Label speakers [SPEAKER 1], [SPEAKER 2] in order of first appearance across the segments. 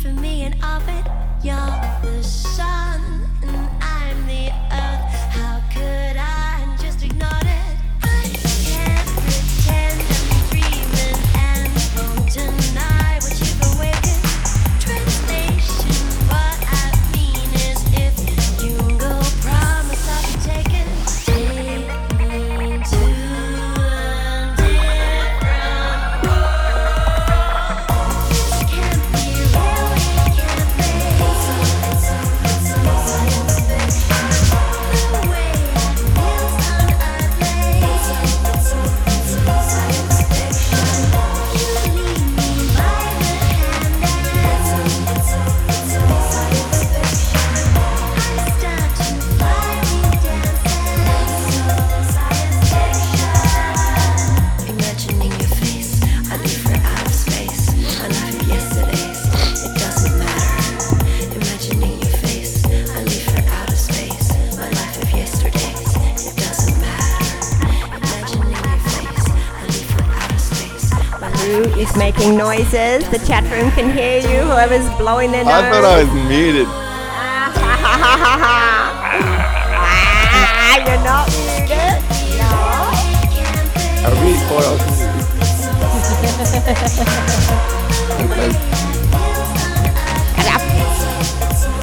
[SPEAKER 1] for me in orbit. You're the sun, and I'm the earth. How could I just ignore it? I can't pretend I'm dreaming and won't deny what you've awakened. Translation, what I mean is if you go, promise I'll be taken. Take me to a different can't be real, it can't be. So it's so it's so The way it feels unutterable. So it's so it's so science fiction. You lead me by the hand, and so it's so it's so science fiction. I start to fly, we dance, science fiction. Imagining your face, I live for out of space. I love it yesterday's, it doesn't matter. Imagining your face, I live for out of space. My life of yesterday's, it doesn't matter. Imagining your face, I live for out of space. My life
[SPEAKER 2] Who is making noises? The chat room can hear you. Whoever's blowing their nose.
[SPEAKER 3] I thought I was muted.
[SPEAKER 2] Ah, You're not muted. No.
[SPEAKER 1] can't be
[SPEAKER 3] I really thought I was muted. Okay.
[SPEAKER 2] Shut up.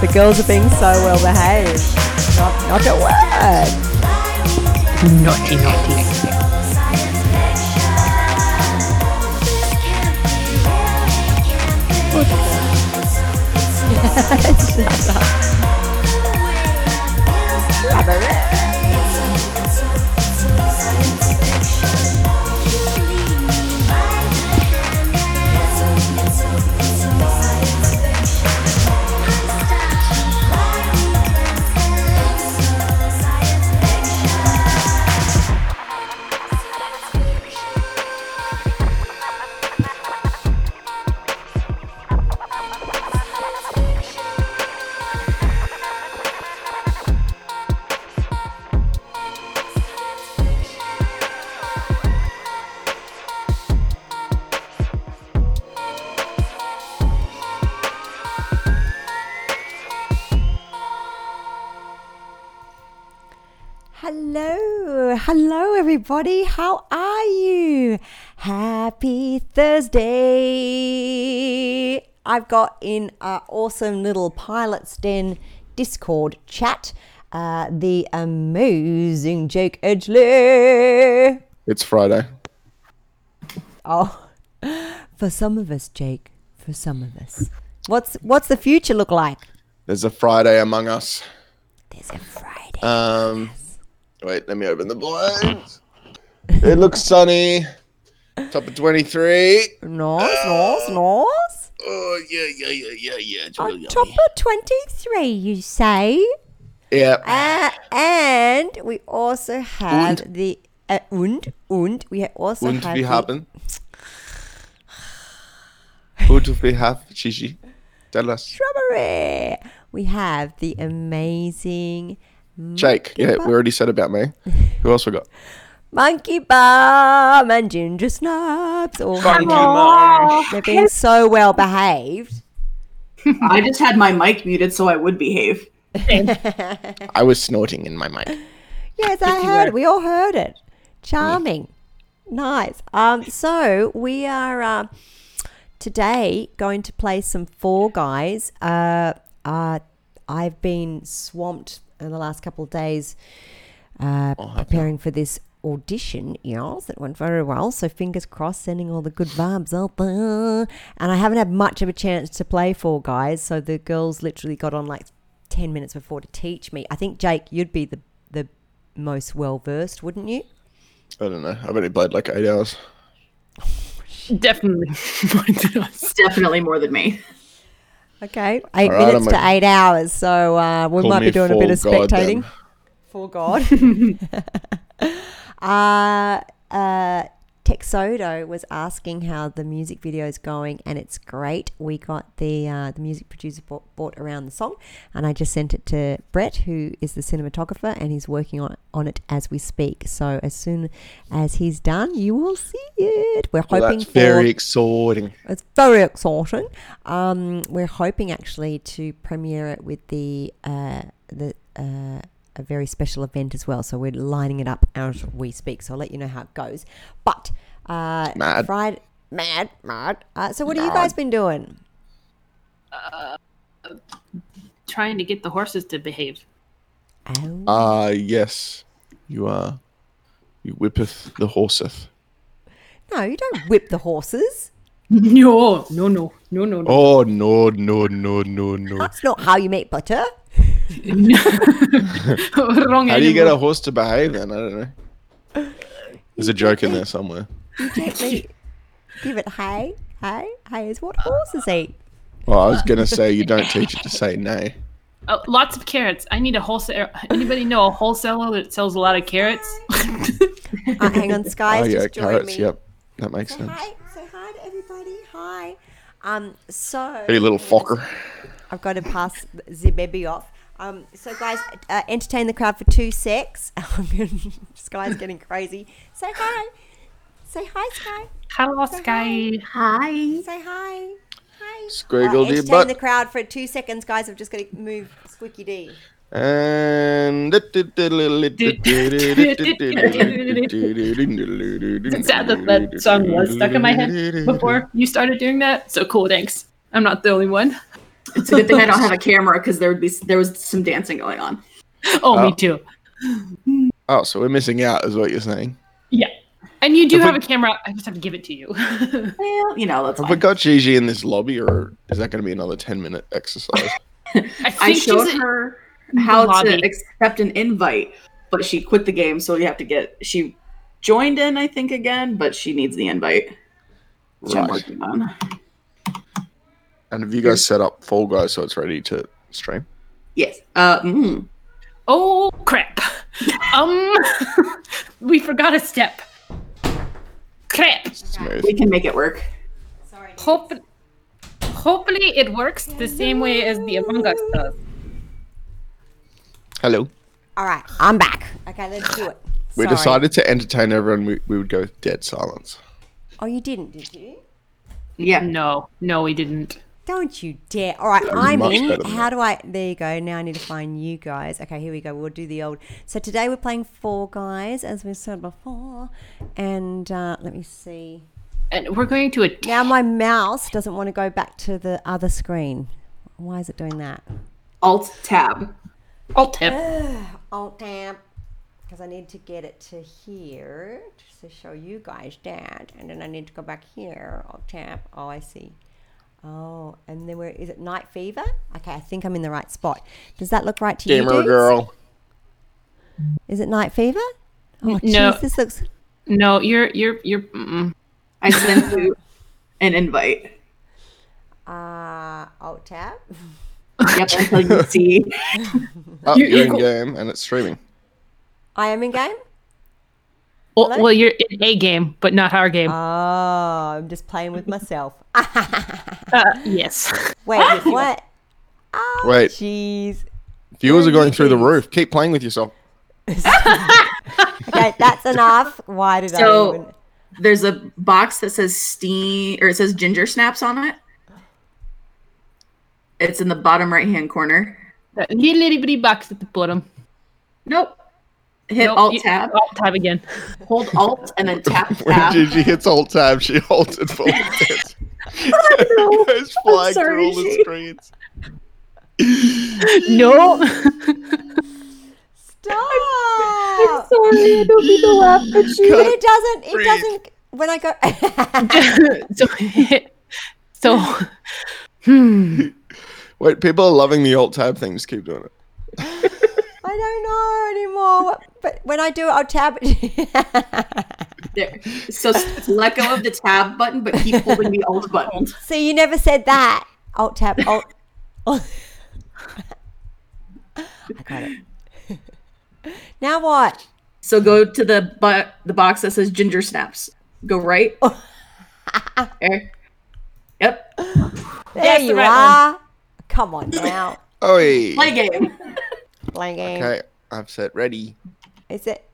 [SPEAKER 2] The girls are being so well behaved. Not, not a word.
[SPEAKER 4] Naughty, naughty.
[SPEAKER 2] Hello. Hello, everybody. How are you? Happy Thursday. I've got in our awesome little Pilot's Den Discord chat uh, the amazing Jake Edgley.
[SPEAKER 3] It's Friday.
[SPEAKER 2] Oh, for some of us, Jake. For some of us, what's what's the future look like?
[SPEAKER 3] There's a Friday among us.
[SPEAKER 2] There's a Friday.
[SPEAKER 3] Um, wait, let me open the blinds. It looks sunny. Top of 23.
[SPEAKER 2] Nice, nice, nice.
[SPEAKER 3] Oh, yeah, yeah, yeah, yeah, yeah. It's really
[SPEAKER 2] On top
[SPEAKER 3] yummy.
[SPEAKER 2] of twenty-three, you say?
[SPEAKER 3] Yeah.
[SPEAKER 2] Uh, and we also have the uh, und und we ha- also
[SPEAKER 3] Wouldn't
[SPEAKER 2] have
[SPEAKER 3] we
[SPEAKER 2] the-
[SPEAKER 3] happen? Would we have Shishi? Tell us.
[SPEAKER 2] strawberry. We have the amazing
[SPEAKER 3] Jake. Yeah, we already said about me. Who else we got?
[SPEAKER 2] Monkey Bum and Ginger Snaps. All
[SPEAKER 4] Funky
[SPEAKER 2] hanging-
[SPEAKER 4] Mosh.
[SPEAKER 2] They're being so well behaved.
[SPEAKER 5] I just had my mic muted so I would behave.
[SPEAKER 3] I was snorting in my mic.
[SPEAKER 2] Yes, I heard. it. We all heard it. Charming, nice. Um, so we are uh, today going to play some Four Guys. Uh, uh, I've been swamped in the last couple of days uh, preparing for this audition. Yes, it went very well. So fingers crossed, sending all the good vibes out there. And I haven't had much of a chance to play Four Guys. So the girls literally got on like ten minutes before to teach me. I think Jake, you'd be the the most well versed, wouldn't you?
[SPEAKER 3] I don't know. I've only played like eight hours.
[SPEAKER 4] Definitely.
[SPEAKER 5] It's definitely more than me.
[SPEAKER 2] Okay, eight
[SPEAKER 3] All right,
[SPEAKER 2] minutes
[SPEAKER 3] I'm
[SPEAKER 2] to
[SPEAKER 3] a-
[SPEAKER 2] eight hours, so uh, we
[SPEAKER 3] Call
[SPEAKER 2] might
[SPEAKER 3] me
[SPEAKER 2] be doing a
[SPEAKER 3] full
[SPEAKER 2] bit of
[SPEAKER 3] god
[SPEAKER 2] spectating.
[SPEAKER 3] then.
[SPEAKER 2] For God. uh, uh, Texodo was asking how the music video is going, and it's great. We got the uh, the music producer bought, bought around the song, and I just sent it to Brett, who is the cinematographer, and he's working on, on it as we speak. So as soon as he's done, you will see it. We're
[SPEAKER 3] Well,
[SPEAKER 2] hoping
[SPEAKER 3] that's
[SPEAKER 2] for
[SPEAKER 3] very exciting.
[SPEAKER 2] it's very exciting. Um, we're hoping actually to premiere it with the uh, the uh, a very special event as well. So we're lining it up as we speak. So I'll let you know how it goes. But uh,
[SPEAKER 3] Mad.
[SPEAKER 2] Friday, mad, mad. Uh, so what have you guys been doing?
[SPEAKER 6] Trying to get the horses to behave.
[SPEAKER 2] Oh,
[SPEAKER 3] Ah, yes, you are. You whippeth the horseth.
[SPEAKER 2] no, you don't whip the horses.
[SPEAKER 6] No, no, no, no, no, no.
[SPEAKER 3] Oh no, no, no, no, no.
[SPEAKER 2] That's not how you make butter.
[SPEAKER 6] Wrong
[SPEAKER 3] How do you get a
[SPEAKER 6] animal.
[SPEAKER 3] horse to behave then? I don't know. There's a joke in there somewhere.
[SPEAKER 2] You gently give it hay. Hay, hay is what horses eat.
[SPEAKER 3] Well, I was gonna say you don't teach it to say nay.
[SPEAKER 6] Oh, lots of carrots. I need a wholesale. Anybody know a wholesaler that sells a lot of carrots?
[SPEAKER 2] Uh, hang on, Sky's
[SPEAKER 3] oh yeah,
[SPEAKER 2] just joined me.
[SPEAKER 3] carrots. Yep, that makes sense.
[SPEAKER 2] Hi, say hi to everybody. Hi. Um, so
[SPEAKER 3] Hey, little fucker.
[SPEAKER 2] Uh, I've got to pass the baby off. Um, so guys, uh, entertain the crowd for two secs. I'm gonna- Sky's getting crazy. Say hi. Say hi, Sky.
[SPEAKER 6] Hello, Sky.
[SPEAKER 5] Hi.
[SPEAKER 2] Say hi. Hi. Uh,
[SPEAKER 3] Squiggle
[SPEAKER 2] entertain
[SPEAKER 3] dee butt.
[SPEAKER 2] the crowd for two seconds, guys. I've just got to move Squeaky D.
[SPEAKER 3] And
[SPEAKER 6] It's sad that that song was stuck in my head before you started doing that. So cool, thanks. I'm not the only one.
[SPEAKER 5] It's a good thing I don't have a camera because there would be there was some dancing going on.
[SPEAKER 6] Oh,
[SPEAKER 3] Oh.
[SPEAKER 6] me too.
[SPEAKER 3] Oh, so we're missing out, is what you're saying.
[SPEAKER 6] Yeah. And you do
[SPEAKER 3] If we-
[SPEAKER 6] have a camera. I just have to give it to you.
[SPEAKER 5] Well, you know that's
[SPEAKER 3] Have we
[SPEAKER 5] fine.
[SPEAKER 3] got Gigi in this lobby, or is that going to be another 10 minute exercise?
[SPEAKER 6] I
[SPEAKER 5] I
[SPEAKER 6] think
[SPEAKER 5] showed
[SPEAKER 6] she's
[SPEAKER 5] her how
[SPEAKER 6] lobby.
[SPEAKER 5] to accept an invite, but she quit the game, so you have to get she joined in, I think, again, but she needs the invite. Which I'm
[SPEAKER 3] Right.
[SPEAKER 5] working on.
[SPEAKER 3] And have you guys set up Fall Guys so it's ready to stream?
[SPEAKER 5] Yes. Uh, mm.
[SPEAKER 6] Oh crap. Um we forgot a step. Crap.
[SPEAKER 3] Smooth.
[SPEAKER 5] We can make it work.
[SPEAKER 6] Hope hopefully it works the same way as the Among Us does.
[SPEAKER 3] Hello.
[SPEAKER 2] All right, I'm back. Okay, let's do it.
[SPEAKER 3] We
[SPEAKER 2] Sorry.
[SPEAKER 3] decided to entertain everyone. We, we would go with dead silence.
[SPEAKER 2] Oh, you didn't, did you?
[SPEAKER 5] Yeah.
[SPEAKER 6] No, no, we didn't.
[SPEAKER 2] Don't you dare. All right, I'm
[SPEAKER 3] much better
[SPEAKER 2] in.
[SPEAKER 3] than
[SPEAKER 2] How do I? There you go. Now I need to find you guys. Okay, here we go. We'll do the old. So today we're playing Four Guys, as we said before. And uh, let me see.
[SPEAKER 6] And we're going to a
[SPEAKER 2] Now my mouse doesn't want to go back to the other screen. Why is it doing that?
[SPEAKER 5] Alt tab.
[SPEAKER 6] alt tip.
[SPEAKER 2] Alt tab. Because I need to get it to here to show you guys that. And then I need to go back here. Alt tab. Oh, I see. Oh, and then where is it? Night Fever? Okay, I think I'm in the right spot. Does that look right to you?
[SPEAKER 3] Gamer
[SPEAKER 2] dudes?
[SPEAKER 3] girl.
[SPEAKER 2] Is it Night Fever? Oh, jeez,
[SPEAKER 6] no.
[SPEAKER 2] this looks.
[SPEAKER 6] No, you're you're you're mm-mm.
[SPEAKER 5] I sent you an invite.
[SPEAKER 2] Uh, alt tab.
[SPEAKER 5] Yep, until you see.
[SPEAKER 3] Oh,
[SPEAKER 6] You-
[SPEAKER 3] you're
[SPEAKER 6] you
[SPEAKER 3] in
[SPEAKER 6] go-
[SPEAKER 3] game and it's streaming.
[SPEAKER 2] I am in game.
[SPEAKER 6] well,
[SPEAKER 2] Hello?
[SPEAKER 6] Oh, well you're in a game, but not our game.
[SPEAKER 5] Uh,
[SPEAKER 2] Oh, I'm just playing with myself. Ah,
[SPEAKER 6] Uh, yes.
[SPEAKER 2] Wait, what? Oh,
[SPEAKER 3] Wait.
[SPEAKER 2] Jeez.
[SPEAKER 3] Viewers are going through the roof. Keep playing with yourself.
[SPEAKER 2] Okay, that's enough. Why did
[SPEAKER 5] So-
[SPEAKER 2] I even?
[SPEAKER 5] There's a box that says steam or it says ginger snaps on it. It's in the bottom right hand corner.
[SPEAKER 6] That little itty bitty box at the bottom.
[SPEAKER 5] Nope. Hit
[SPEAKER 6] Nope,
[SPEAKER 5] alt
[SPEAKER 6] you-
[SPEAKER 5] tab.
[SPEAKER 6] Alt tab again.
[SPEAKER 5] Hold alt and then tap
[SPEAKER 3] When
[SPEAKER 5] tab.
[SPEAKER 3] Gigi hits alt tab, she halted for it. goes flying
[SPEAKER 5] sorry,
[SPEAKER 3] through all the
[SPEAKER 5] Gigi.
[SPEAKER 3] screens.
[SPEAKER 6] No.
[SPEAKER 2] Stop!
[SPEAKER 6] Sorry, I don't mean to laugh.
[SPEAKER 2] But it doesn't. It
[SPEAKER 3] breathe.
[SPEAKER 2] doesn't. When I go,
[SPEAKER 6] so, so hmm.
[SPEAKER 3] Wait, people are loving the alt tab thing. Just keep doing it.
[SPEAKER 2] I don't know anymore. What- But when I do, it, I'll tab.
[SPEAKER 5] There. So s- let go of the tab button, but keep holding the alt button.
[SPEAKER 2] See, you never said that. Alt tab. Alt. I got it. now what?
[SPEAKER 5] So go to the bu- the box that says ginger snaps. go right. there. Yep.
[SPEAKER 2] There
[SPEAKER 6] Yes, the
[SPEAKER 2] you
[SPEAKER 6] right
[SPEAKER 2] are. Come on now.
[SPEAKER 3] Oi.
[SPEAKER 5] Play game.
[SPEAKER 2] Playing game.
[SPEAKER 3] Oh, Okay, I'm set. Ready.
[SPEAKER 2] Is it?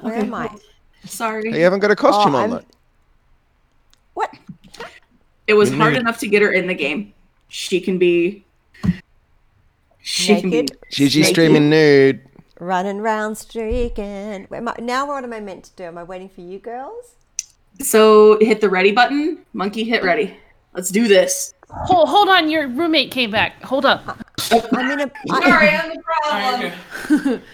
[SPEAKER 2] Where
[SPEAKER 5] Okay,
[SPEAKER 2] am I?
[SPEAKER 5] Sorry.
[SPEAKER 3] You haven't got a costume
[SPEAKER 2] Oh,
[SPEAKER 3] on
[SPEAKER 2] I'm-
[SPEAKER 3] though.
[SPEAKER 2] What?
[SPEAKER 5] It was
[SPEAKER 3] You
[SPEAKER 5] hard
[SPEAKER 3] need-
[SPEAKER 5] enough to get her in the game. She can be. She can be.
[SPEAKER 2] Naked?
[SPEAKER 3] She's
[SPEAKER 5] Naked.
[SPEAKER 3] streaming nude.
[SPEAKER 2] Running round streaking. Where am I- now, what am I meant to do? Am I waiting for you girls?
[SPEAKER 5] So hit the ready button. Monkey hit ready. Let's do this.
[SPEAKER 6] Hold, hold on, your roommate came back. Hold up.
[SPEAKER 2] I'm in a. I,
[SPEAKER 4] I'm the problem.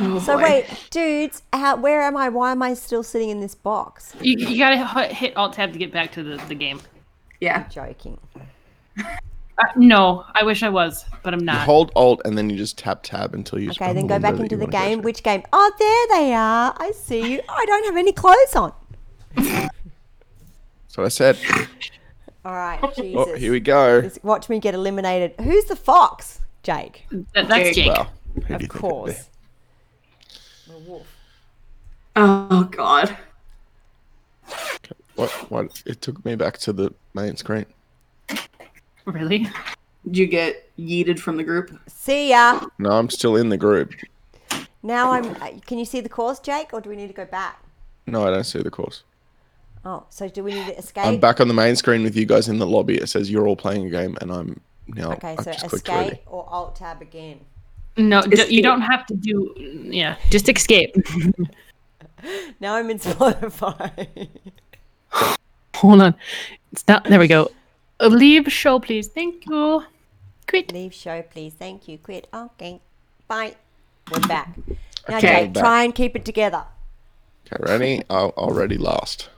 [SPEAKER 5] Oh,
[SPEAKER 2] so
[SPEAKER 5] boy.
[SPEAKER 2] wait, dudes, how, where am I? Why am I still sitting in this box?
[SPEAKER 6] You, you gotta h- hit Alt Tab to get back to the, the game.
[SPEAKER 5] Yeah.
[SPEAKER 2] Joking.
[SPEAKER 6] Uh, no, I wish I was, but I'm
[SPEAKER 3] You
[SPEAKER 6] not.
[SPEAKER 3] hold Alt and then you just tap Tab until you.
[SPEAKER 2] Okay, then go
[SPEAKER 3] remember
[SPEAKER 2] back
[SPEAKER 3] that
[SPEAKER 2] into
[SPEAKER 3] you
[SPEAKER 2] the
[SPEAKER 3] wanna go
[SPEAKER 2] game.
[SPEAKER 3] to-
[SPEAKER 2] Which game? Oh, there they are. I see you. Oh, I don't have any clothes on.
[SPEAKER 3] So I said,
[SPEAKER 2] All right, Jesus.
[SPEAKER 3] oh, here we go.
[SPEAKER 2] Just watch me get eliminated. Who's the fox? Jake,
[SPEAKER 6] That, that's Jake.
[SPEAKER 3] Well, who do you
[SPEAKER 2] of
[SPEAKER 3] think it would
[SPEAKER 2] course.
[SPEAKER 3] be?
[SPEAKER 2] The wolf.
[SPEAKER 5] Oh God.
[SPEAKER 3] What? What? It took me back to the main screen.
[SPEAKER 6] Really?
[SPEAKER 5] Did you get yeeted from the group?
[SPEAKER 2] See ya.
[SPEAKER 3] No, I'm still in the group.
[SPEAKER 2] Now I'm. uh, Can you see the course, Jake, or do we need to go back?
[SPEAKER 3] No, I don't see the course.
[SPEAKER 2] Oh, so do we need to escape?
[SPEAKER 3] I'm back on the main screen with you guys in the lobby. It says you're all playing a game, and I'm now.
[SPEAKER 2] Okay,
[SPEAKER 3] I've
[SPEAKER 2] so
[SPEAKER 3] just clicked
[SPEAKER 2] escape
[SPEAKER 3] ready.
[SPEAKER 2] or alt tab again.
[SPEAKER 6] No, d- you
[SPEAKER 5] Escape.
[SPEAKER 6] don't have to do. Yeah, just escape.
[SPEAKER 2] Now I'm in Spotify.
[SPEAKER 6] Hold on. It's not. There we go. Uh, Leave show, please. Thank you. Quit.
[SPEAKER 2] Leave show, please. Thank you. Quit. Okay. Bye. We're back. Now,
[SPEAKER 5] Okay.
[SPEAKER 2] Jake,
[SPEAKER 3] Back.
[SPEAKER 2] try and keep it together.
[SPEAKER 3] Okay, ready? I'll, I'll ready last.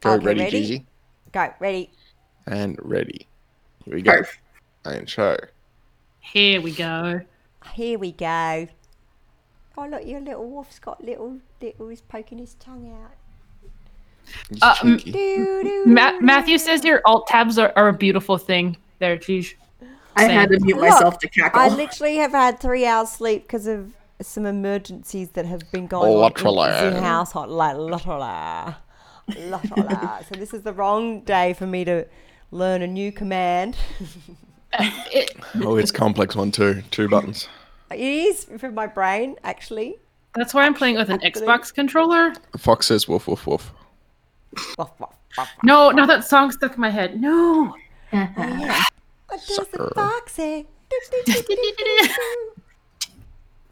[SPEAKER 3] Go
[SPEAKER 2] Okay,
[SPEAKER 3] ready,
[SPEAKER 2] ready?
[SPEAKER 3] Gigi,
[SPEAKER 2] Go. Ready?
[SPEAKER 3] and ready. Here we go.
[SPEAKER 5] Perf.
[SPEAKER 3] And show.
[SPEAKER 6] Here we go.
[SPEAKER 2] Here we go. Oh look, your little wolf's got little little. He's poking his tongue out.
[SPEAKER 3] He's
[SPEAKER 6] Uh, mm.
[SPEAKER 3] cheeky.
[SPEAKER 2] Doo, doo,
[SPEAKER 6] Ma-
[SPEAKER 2] doo.
[SPEAKER 6] Matthew says your alt tabs are, are a beautiful thing. There, Tish.
[SPEAKER 5] I
[SPEAKER 6] Same.
[SPEAKER 5] had to mute myself to cackle.
[SPEAKER 2] I literally have had three hours sleep because of some emergencies that have been going on in
[SPEAKER 3] Literally.
[SPEAKER 2] the household. Like literally, literally. so this is the wrong day for me to learn a new command.
[SPEAKER 6] It,
[SPEAKER 3] Oh, it's complex one too. Two buttons.
[SPEAKER 2] it is for my brain actually.
[SPEAKER 6] that's why I'm playing with an Xbox controller.
[SPEAKER 3] Fox says woof woof woof.
[SPEAKER 2] Woof, woof, woof.
[SPEAKER 6] No, no, that song stuck in my head. No.
[SPEAKER 2] What does the
[SPEAKER 3] Sucker.
[SPEAKER 2] fox say? Doo, doo, doo, doo, doo, doo.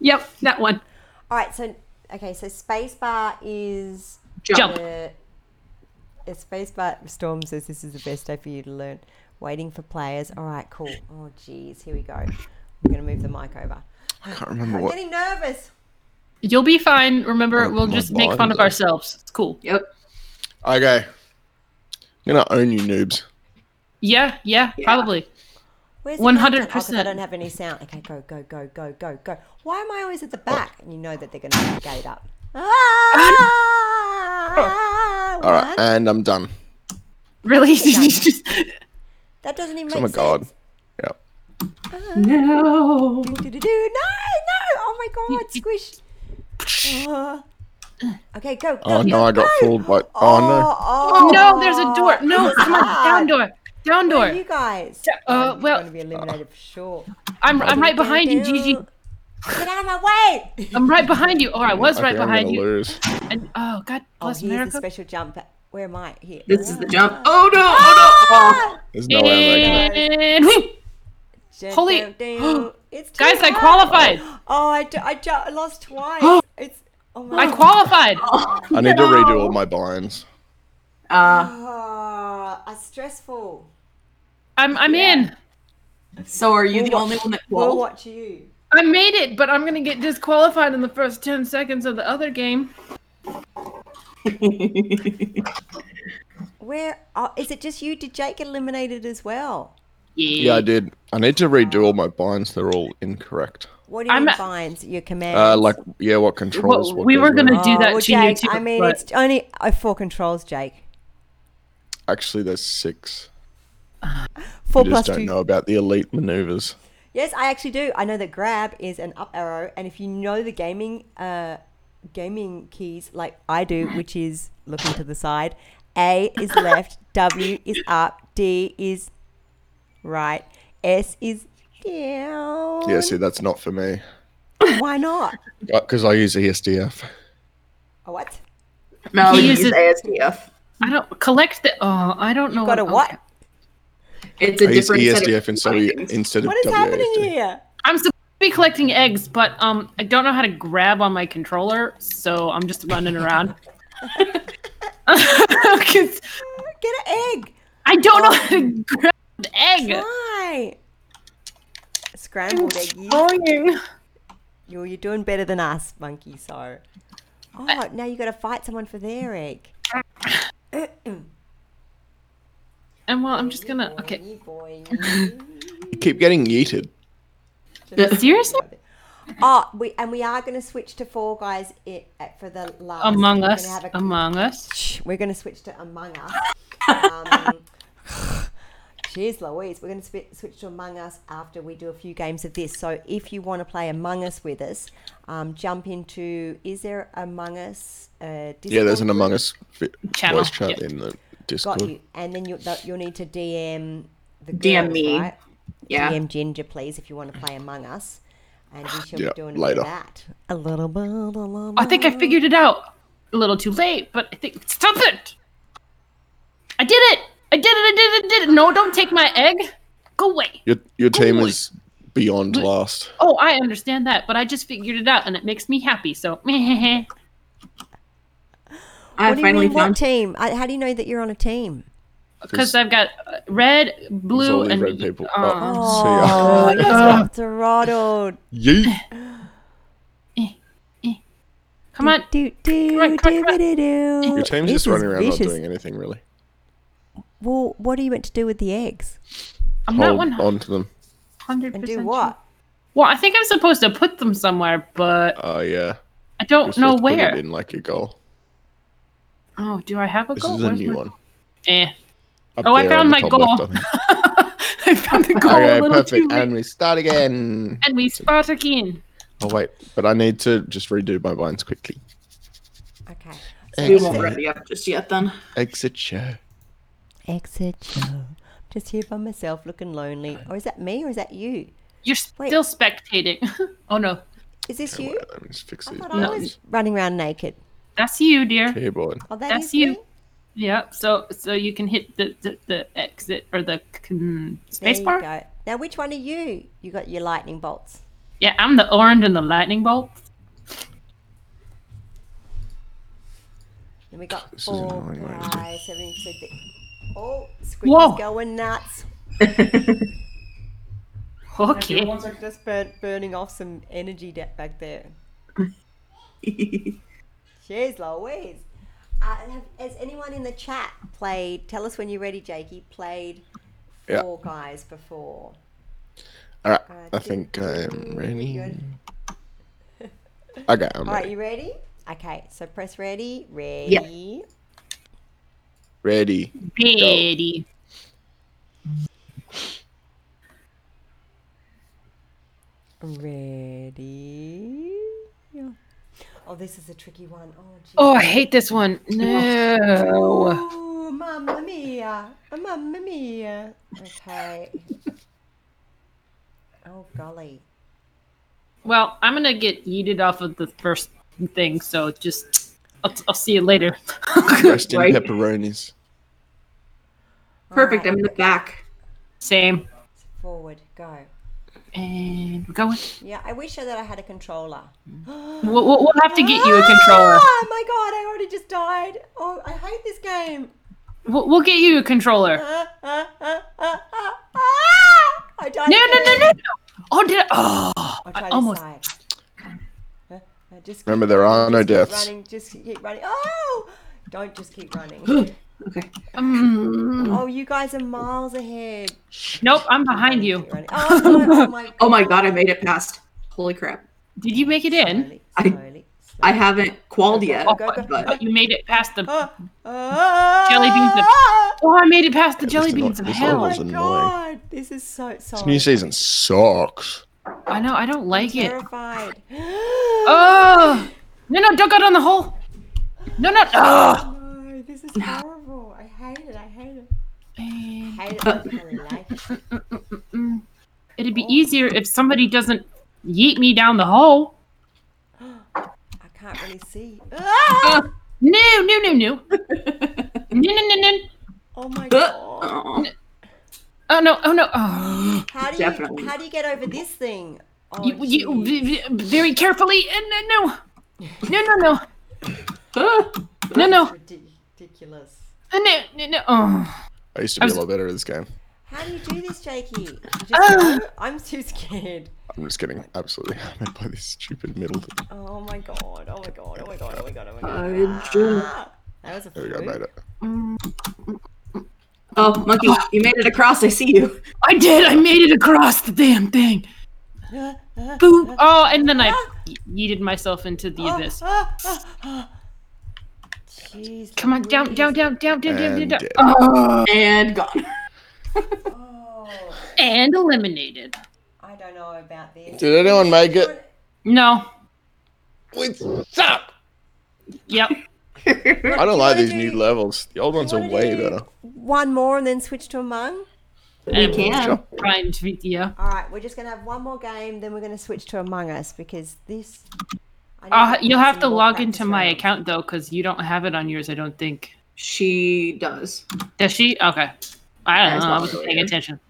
[SPEAKER 6] Yep, that one.
[SPEAKER 2] All right, so okay, so spacebar is
[SPEAKER 6] Jump.
[SPEAKER 2] Uh, a spacebar storm says this is the best day for you to learn. Waiting for players. All right, cool. Oh, geez, here we go. I'm gonna move the mic over.
[SPEAKER 3] I can't remember
[SPEAKER 2] I'm
[SPEAKER 3] what.
[SPEAKER 2] getting nervous.
[SPEAKER 6] You'll be fine. Remember,
[SPEAKER 3] Oh,
[SPEAKER 6] we'll
[SPEAKER 3] my
[SPEAKER 6] just make fun of
[SPEAKER 3] God.
[SPEAKER 6] ourselves. It's cool.
[SPEAKER 5] Yep.
[SPEAKER 3] Okay. I'm gonna own you noobs.
[SPEAKER 6] Yeah, yeah, probably.
[SPEAKER 2] Where's the content? Oh, 'cause
[SPEAKER 6] 100%.
[SPEAKER 2] I don't have any sound. Okay, go, go, go, go, go, go. Why am I always at the back? And you know that they're gonna have the gate up. Ah!
[SPEAKER 3] All right,
[SPEAKER 2] One.
[SPEAKER 3] and I'm done.
[SPEAKER 6] Really? Just-
[SPEAKER 2] That doesn't even make
[SPEAKER 3] Oh my
[SPEAKER 2] sense.
[SPEAKER 3] god. Yeah.
[SPEAKER 5] No.
[SPEAKER 2] Do, do, do. No, no! Oh my god, squish. Uh, okay, go. go
[SPEAKER 3] Oh
[SPEAKER 2] go,
[SPEAKER 3] no, I got
[SPEAKER 2] go.
[SPEAKER 3] fooled by. Oh no.
[SPEAKER 2] Oh,
[SPEAKER 6] no, there's a door. No, come on, down
[SPEAKER 2] God.
[SPEAKER 6] door, down
[SPEAKER 2] Where are you
[SPEAKER 6] door.
[SPEAKER 2] guys?
[SPEAKER 6] Uh,
[SPEAKER 2] I'm going
[SPEAKER 6] well,
[SPEAKER 2] to be eliminated for sure.
[SPEAKER 6] I'm I'm right behind you, Gigi.
[SPEAKER 2] Get out of my way!
[SPEAKER 6] I'm right behind you. Or I was
[SPEAKER 3] I
[SPEAKER 6] right
[SPEAKER 3] think I'm
[SPEAKER 6] behind
[SPEAKER 3] gonna
[SPEAKER 6] you.
[SPEAKER 3] lose.
[SPEAKER 6] And oh God,
[SPEAKER 2] Oh,
[SPEAKER 6] bless
[SPEAKER 2] here's the
[SPEAKER 6] America.
[SPEAKER 2] special jump. Where am I? Here.
[SPEAKER 5] This is the jump. Oh no. Oh
[SPEAKER 3] There's no way I'm making it.
[SPEAKER 6] And
[SPEAKER 2] Jump,
[SPEAKER 6] Holy-
[SPEAKER 2] jump, jump. it's too
[SPEAKER 6] guys, I
[SPEAKER 2] hard.
[SPEAKER 6] qualified.
[SPEAKER 2] Oh, I, ju- I, ju- I lost twice. it's oh my
[SPEAKER 6] I qualified.
[SPEAKER 3] I need to redo all my binds.
[SPEAKER 5] no.
[SPEAKER 2] Ah!
[SPEAKER 5] Uh,
[SPEAKER 2] god, it's Ah, stressful.
[SPEAKER 6] I'm I'm in.
[SPEAKER 5] so are you the only one that
[SPEAKER 2] We'll
[SPEAKER 5] qualified?
[SPEAKER 2] watch you.
[SPEAKER 6] I made it, but I'm gonna get disqualified in the first ten seconds of the other game.
[SPEAKER 2] Where oh, is it? Just you? Did Jake get eliminated as well?
[SPEAKER 3] Yeah, I did. I need to redo all my binds. They're all incorrect.
[SPEAKER 2] What do you
[SPEAKER 6] I'm
[SPEAKER 2] mean
[SPEAKER 6] a-
[SPEAKER 2] binds? Your commands?
[SPEAKER 3] Uh, like yeah, what controls?
[SPEAKER 6] Well,
[SPEAKER 3] what
[SPEAKER 6] we
[SPEAKER 3] goes
[SPEAKER 6] were
[SPEAKER 3] where.
[SPEAKER 6] gonna do that
[SPEAKER 2] well,
[SPEAKER 6] to you
[SPEAKER 2] Jake,
[SPEAKER 6] too,
[SPEAKER 2] Oh, I mean,
[SPEAKER 6] but-
[SPEAKER 2] it's only uh, four controls, Jake.
[SPEAKER 3] Actually, there's six.
[SPEAKER 2] Four
[SPEAKER 3] you
[SPEAKER 2] plus
[SPEAKER 3] just don't
[SPEAKER 2] two.
[SPEAKER 3] know about the elite maneuvers.
[SPEAKER 2] Yes, I actually do. I know that grab is an up arrow, and if you know the gaming uh, gaming keys like I do, which is looking to the side. A is left, W is up, D is right, S is down.
[SPEAKER 3] Yeah, see, that's not for me
[SPEAKER 2] Why not?
[SPEAKER 3] because I use E ESDF.
[SPEAKER 2] A what?
[SPEAKER 5] No,
[SPEAKER 6] He
[SPEAKER 5] you
[SPEAKER 6] uses-
[SPEAKER 5] use ASDF.
[SPEAKER 6] I don't collect the. Oh, I don't know.
[SPEAKER 2] Got a
[SPEAKER 6] okay.
[SPEAKER 2] what?
[SPEAKER 5] It's a
[SPEAKER 3] I E use
[SPEAKER 5] different set of
[SPEAKER 3] ESDF instead of
[SPEAKER 5] buttons.
[SPEAKER 3] instead
[SPEAKER 2] What is
[SPEAKER 3] of
[SPEAKER 2] happening
[SPEAKER 3] WASD.
[SPEAKER 2] here?
[SPEAKER 6] I'm supposed to be collecting eggs, but um, I don't know how to grab on my controller, so I'm just running around. 'Cause
[SPEAKER 2] Get an egg.
[SPEAKER 6] I don't know how
[SPEAKER 2] Um,
[SPEAKER 6] to grab an egg.
[SPEAKER 2] Why? Scrambled egg. You,
[SPEAKER 6] Annoying.
[SPEAKER 2] you're, you're doing better than us, monkey. So. Oh, now you got to fight someone for their egg.
[SPEAKER 6] And well, I'm just gonna. Okay.
[SPEAKER 2] Boing, boing.
[SPEAKER 3] You keep getting yeeted.
[SPEAKER 6] Seriously?
[SPEAKER 2] Oh, we and we are going to switch to Four Guys it, for the last.
[SPEAKER 6] Among
[SPEAKER 2] we're
[SPEAKER 6] Us.
[SPEAKER 2] Gonna have a-
[SPEAKER 6] Among Us.
[SPEAKER 2] Shh, we're going to switch to Among Us. Um, Cheers, Louise. We're going to sp- switch to Among Us after we do a few games of this. So if you want to play Among Us with us, um, jump into. Is there Among Us? Uh,
[SPEAKER 3] Yeah, there's an
[SPEAKER 2] Discord
[SPEAKER 3] Among Us fi-
[SPEAKER 6] Channel.
[SPEAKER 3] voice chat
[SPEAKER 6] Yeah.
[SPEAKER 3] in the
[SPEAKER 2] Got
[SPEAKER 3] Discord.
[SPEAKER 2] you. And then you'll, th- you'll need to DM the girls,
[SPEAKER 5] DM me.
[SPEAKER 2] right?
[SPEAKER 5] Yeah.
[SPEAKER 2] DM Ginger, please, if you want to play Among Us. And we shall
[SPEAKER 3] Yeah,
[SPEAKER 2] be doing a bit of
[SPEAKER 3] later.
[SPEAKER 2] that. A little bit. A little
[SPEAKER 6] I think I figured it out. A little too late, but I think. Stop it! I did it! I did it! I did it! I did it! No, don't take my egg. Go away.
[SPEAKER 3] Your your team is beyond last.
[SPEAKER 6] Oh, I understand that, but I just figured it out, and it makes me happy. So.
[SPEAKER 5] I
[SPEAKER 2] What do you
[SPEAKER 5] finally
[SPEAKER 2] mean, what
[SPEAKER 5] found
[SPEAKER 2] team? I, how do you know that you're on a team?
[SPEAKER 6] because I've got uh, red, blue,
[SPEAKER 3] only
[SPEAKER 6] and
[SPEAKER 3] red people.
[SPEAKER 6] um,
[SPEAKER 3] Oh, so yeah.
[SPEAKER 2] Oh, you got throttled.
[SPEAKER 3] Yeet.
[SPEAKER 6] come on,
[SPEAKER 2] Do, do,
[SPEAKER 6] Come on, come on, come on.
[SPEAKER 2] do-ba-do-do.
[SPEAKER 3] Your team's
[SPEAKER 2] This
[SPEAKER 3] just running
[SPEAKER 2] is
[SPEAKER 3] around
[SPEAKER 2] vicious.
[SPEAKER 3] not doing anything really.
[SPEAKER 2] Well, what are you meant to do with the eggs?
[SPEAKER 6] I'm not
[SPEAKER 3] Hold
[SPEAKER 6] one
[SPEAKER 3] on to them.
[SPEAKER 6] hundred
[SPEAKER 2] And
[SPEAKER 6] percent.
[SPEAKER 2] do what?
[SPEAKER 6] Well, I think I'm supposed to put them somewhere, but
[SPEAKER 3] Oh yeah.
[SPEAKER 6] I
[SPEAKER 3] You're
[SPEAKER 6] don't
[SPEAKER 3] supposed
[SPEAKER 6] know
[SPEAKER 3] to Put it
[SPEAKER 6] where.
[SPEAKER 3] in like your goal.
[SPEAKER 6] Oh, do I have a
[SPEAKER 3] This
[SPEAKER 6] goal?
[SPEAKER 3] is a
[SPEAKER 6] Where's
[SPEAKER 3] new
[SPEAKER 6] my-
[SPEAKER 3] one.
[SPEAKER 6] Eh.
[SPEAKER 3] Up
[SPEAKER 6] Oh, I
[SPEAKER 3] there on the
[SPEAKER 6] found my
[SPEAKER 3] top
[SPEAKER 6] goal.
[SPEAKER 3] left, I think.
[SPEAKER 6] I found the goal a
[SPEAKER 3] okay,
[SPEAKER 6] little too
[SPEAKER 3] perfect.
[SPEAKER 6] late.
[SPEAKER 3] And we start again.
[SPEAKER 6] And we spot again.
[SPEAKER 3] Oh wait, but I need to just redo my binds quickly.
[SPEAKER 2] Okay.
[SPEAKER 5] we won't
[SPEAKER 3] Exit.
[SPEAKER 5] ready up just yet then.
[SPEAKER 3] Exit show.
[SPEAKER 2] Exit show. Just here by myself looking lonely. Or is that me or is that you?
[SPEAKER 6] You're
[SPEAKER 2] Wait.
[SPEAKER 6] still spectating. oh no,
[SPEAKER 2] Is this
[SPEAKER 3] Wait,
[SPEAKER 2] you?
[SPEAKER 3] let me just fix
[SPEAKER 2] I
[SPEAKER 3] these
[SPEAKER 2] thought I was running around naked.
[SPEAKER 6] that's you, dear.
[SPEAKER 3] keyboard.
[SPEAKER 2] Oh, that
[SPEAKER 6] That's
[SPEAKER 2] is
[SPEAKER 6] you.
[SPEAKER 2] me?
[SPEAKER 6] Yeah. So so you can hit the the, the exit or the mm,
[SPEAKER 2] There
[SPEAKER 6] space
[SPEAKER 2] you
[SPEAKER 6] bar.
[SPEAKER 2] go. Now, which one are you? You got your lightning bolts.
[SPEAKER 6] Yeah, I'm the orange and the lightning bolt.
[SPEAKER 2] And we got
[SPEAKER 3] This is
[SPEAKER 2] four
[SPEAKER 3] annoying, right?
[SPEAKER 2] guys. Seventy percent. the- Oh,
[SPEAKER 6] Whoa.
[SPEAKER 2] Squidgy's going nuts.
[SPEAKER 6] Okay.
[SPEAKER 2] are just burn, burning off some energy da- back there. Cheers, Louise. Uh, have, has anyone in the chat played? Tell us when you're ready, Jakey. Played
[SPEAKER 3] Yeah.
[SPEAKER 2] Four Guys before.
[SPEAKER 3] All right,
[SPEAKER 2] Uh,
[SPEAKER 3] I
[SPEAKER 2] do-
[SPEAKER 3] think I'm ready.
[SPEAKER 2] Good.
[SPEAKER 3] Okay, I'm
[SPEAKER 2] All right,
[SPEAKER 3] ready.
[SPEAKER 2] you ready? Okay, so press ready. Ready.
[SPEAKER 3] Ready.
[SPEAKER 6] Betty.
[SPEAKER 2] Ready. Yeah. Oh, this is a tricky one. Oh, geez.
[SPEAKER 6] Oh, I hate this one. No.
[SPEAKER 2] Ooh, mamma mia, mamma mia. Okay. oh golly.
[SPEAKER 6] Well, I'm gonna get yeeted off of the first thing, so just I'll, I'll see you later.
[SPEAKER 3] Dressed in
[SPEAKER 5] Right.
[SPEAKER 3] pepperonis.
[SPEAKER 5] Perfect.
[SPEAKER 2] Alright,
[SPEAKER 5] I'm in the back.
[SPEAKER 6] Same.
[SPEAKER 2] Forward, go.
[SPEAKER 6] And we're going.
[SPEAKER 2] Yeah, I wish that I had a controller.
[SPEAKER 6] We'll, we'll, we'll have to get you a controller.
[SPEAKER 2] Oh my god, I already just died. Oh, I hate this game.
[SPEAKER 6] We'll, we'll get you a controller.
[SPEAKER 2] Ah, ah, ah, ah, ah, ah. I died.
[SPEAKER 6] No, no, no,
[SPEAKER 2] again.
[SPEAKER 6] no, no. Oh, did I? Oh,
[SPEAKER 2] I'll
[SPEAKER 6] I
[SPEAKER 2] try this
[SPEAKER 6] almost.
[SPEAKER 2] side. Uh, uh, just
[SPEAKER 3] Remember, there are no
[SPEAKER 2] keep
[SPEAKER 3] deaths.
[SPEAKER 2] running. Just keep running. Oh, don't just keep running.
[SPEAKER 5] Okay.
[SPEAKER 6] Mm.
[SPEAKER 2] Oh, you guys are miles ahead.
[SPEAKER 6] Nope, I'm behind you.
[SPEAKER 2] Keep running. Oh, no, oh my
[SPEAKER 5] Oh my god, I made it past. Holy crap.
[SPEAKER 6] Did you make it in?
[SPEAKER 2] Slowly,
[SPEAKER 5] I-
[SPEAKER 2] slowly,
[SPEAKER 5] I haven't qualled yet.
[SPEAKER 6] Oh,
[SPEAKER 2] Go, go,
[SPEAKER 6] I thought you made it past the.
[SPEAKER 2] slowly. Ah,
[SPEAKER 6] Jelly beans are-
[SPEAKER 2] ah,
[SPEAKER 6] Oh, I made it past the jelly
[SPEAKER 3] is anno-
[SPEAKER 6] beans of
[SPEAKER 3] this is
[SPEAKER 2] Oh
[SPEAKER 6] hell.
[SPEAKER 2] my
[SPEAKER 3] That was annoying.
[SPEAKER 2] god, this is so sorry.
[SPEAKER 3] This new season sucks.
[SPEAKER 6] I know. I don't like it.
[SPEAKER 2] Terrified.
[SPEAKER 6] Oh. No, no, don't go down the hole. No, no. Ugh.
[SPEAKER 2] No, Oh, this is horrible. I hate it. I hate it. I hate it.
[SPEAKER 5] Uh,
[SPEAKER 6] It'd be easier if somebody doesn't yeet me down the hole.
[SPEAKER 2] I can't really see. Ah!
[SPEAKER 6] Uh, no, no, no, no. no, no, no, no.
[SPEAKER 2] Oh my god.
[SPEAKER 5] Oh,
[SPEAKER 6] Oh no! Oh no! Oh.
[SPEAKER 2] How do
[SPEAKER 5] Definitely.
[SPEAKER 2] you how do you get over this thing? Oh,
[SPEAKER 6] You, you,
[SPEAKER 2] gee.
[SPEAKER 6] v- v- very carefully. And no, no, no, no, no, no, no, Uh,
[SPEAKER 2] Ridic- ridiculous.
[SPEAKER 6] no, no, no. Oh.
[SPEAKER 3] I used to be
[SPEAKER 6] was-
[SPEAKER 3] a lot better at this game.
[SPEAKER 2] How do you do this, Jakey? You just
[SPEAKER 6] Ah.
[SPEAKER 2] go? I'm too scared.
[SPEAKER 3] I'm just kidding. Absolutely hammered by this stupid middle. thing.
[SPEAKER 2] Oh my god. Oh my god. Oh my god. Oh my god. Oh my god. Ah, that was a
[SPEAKER 3] There we go, I made
[SPEAKER 2] fluke.
[SPEAKER 3] it.
[SPEAKER 5] oh, monkey, you made it across. I see you.
[SPEAKER 6] I did. I made it across the damn thing. Boop. Oh, and then I yeeted myself into the abyss.
[SPEAKER 2] Ah, ah, ah. Jeez
[SPEAKER 6] Come on, down, down, down, down, down, down, down,
[SPEAKER 3] And
[SPEAKER 6] down.
[SPEAKER 3] dead.
[SPEAKER 6] Oh,
[SPEAKER 5] And gone.
[SPEAKER 2] Oh,
[SPEAKER 6] and eliminated.
[SPEAKER 2] I don't know about this.
[SPEAKER 3] Did anyone make it?
[SPEAKER 6] No.
[SPEAKER 3] Wait, stop!
[SPEAKER 6] Yep.
[SPEAKER 3] I don't like these new
[SPEAKER 2] do-
[SPEAKER 3] levels. The old ones are
[SPEAKER 2] wanna
[SPEAKER 3] way
[SPEAKER 2] do-
[SPEAKER 3] better.
[SPEAKER 2] One more and then switch to Among?
[SPEAKER 6] We
[SPEAKER 5] can.
[SPEAKER 6] Brian video.
[SPEAKER 2] All right, we're just going to have one more game, then we're going to switch to Among Us because this. I
[SPEAKER 6] Uh,
[SPEAKER 2] need
[SPEAKER 6] you'll have
[SPEAKER 2] some
[SPEAKER 6] to
[SPEAKER 2] more
[SPEAKER 6] log
[SPEAKER 2] practice
[SPEAKER 6] into my
[SPEAKER 2] rounds.
[SPEAKER 6] account though, because you don't have it on yours. I don't think.
[SPEAKER 5] She does.
[SPEAKER 6] Does she? Okay. I don't
[SPEAKER 5] That's
[SPEAKER 6] know. I
[SPEAKER 5] not
[SPEAKER 6] wasn't
[SPEAKER 5] really
[SPEAKER 6] paying
[SPEAKER 5] it.
[SPEAKER 6] attention.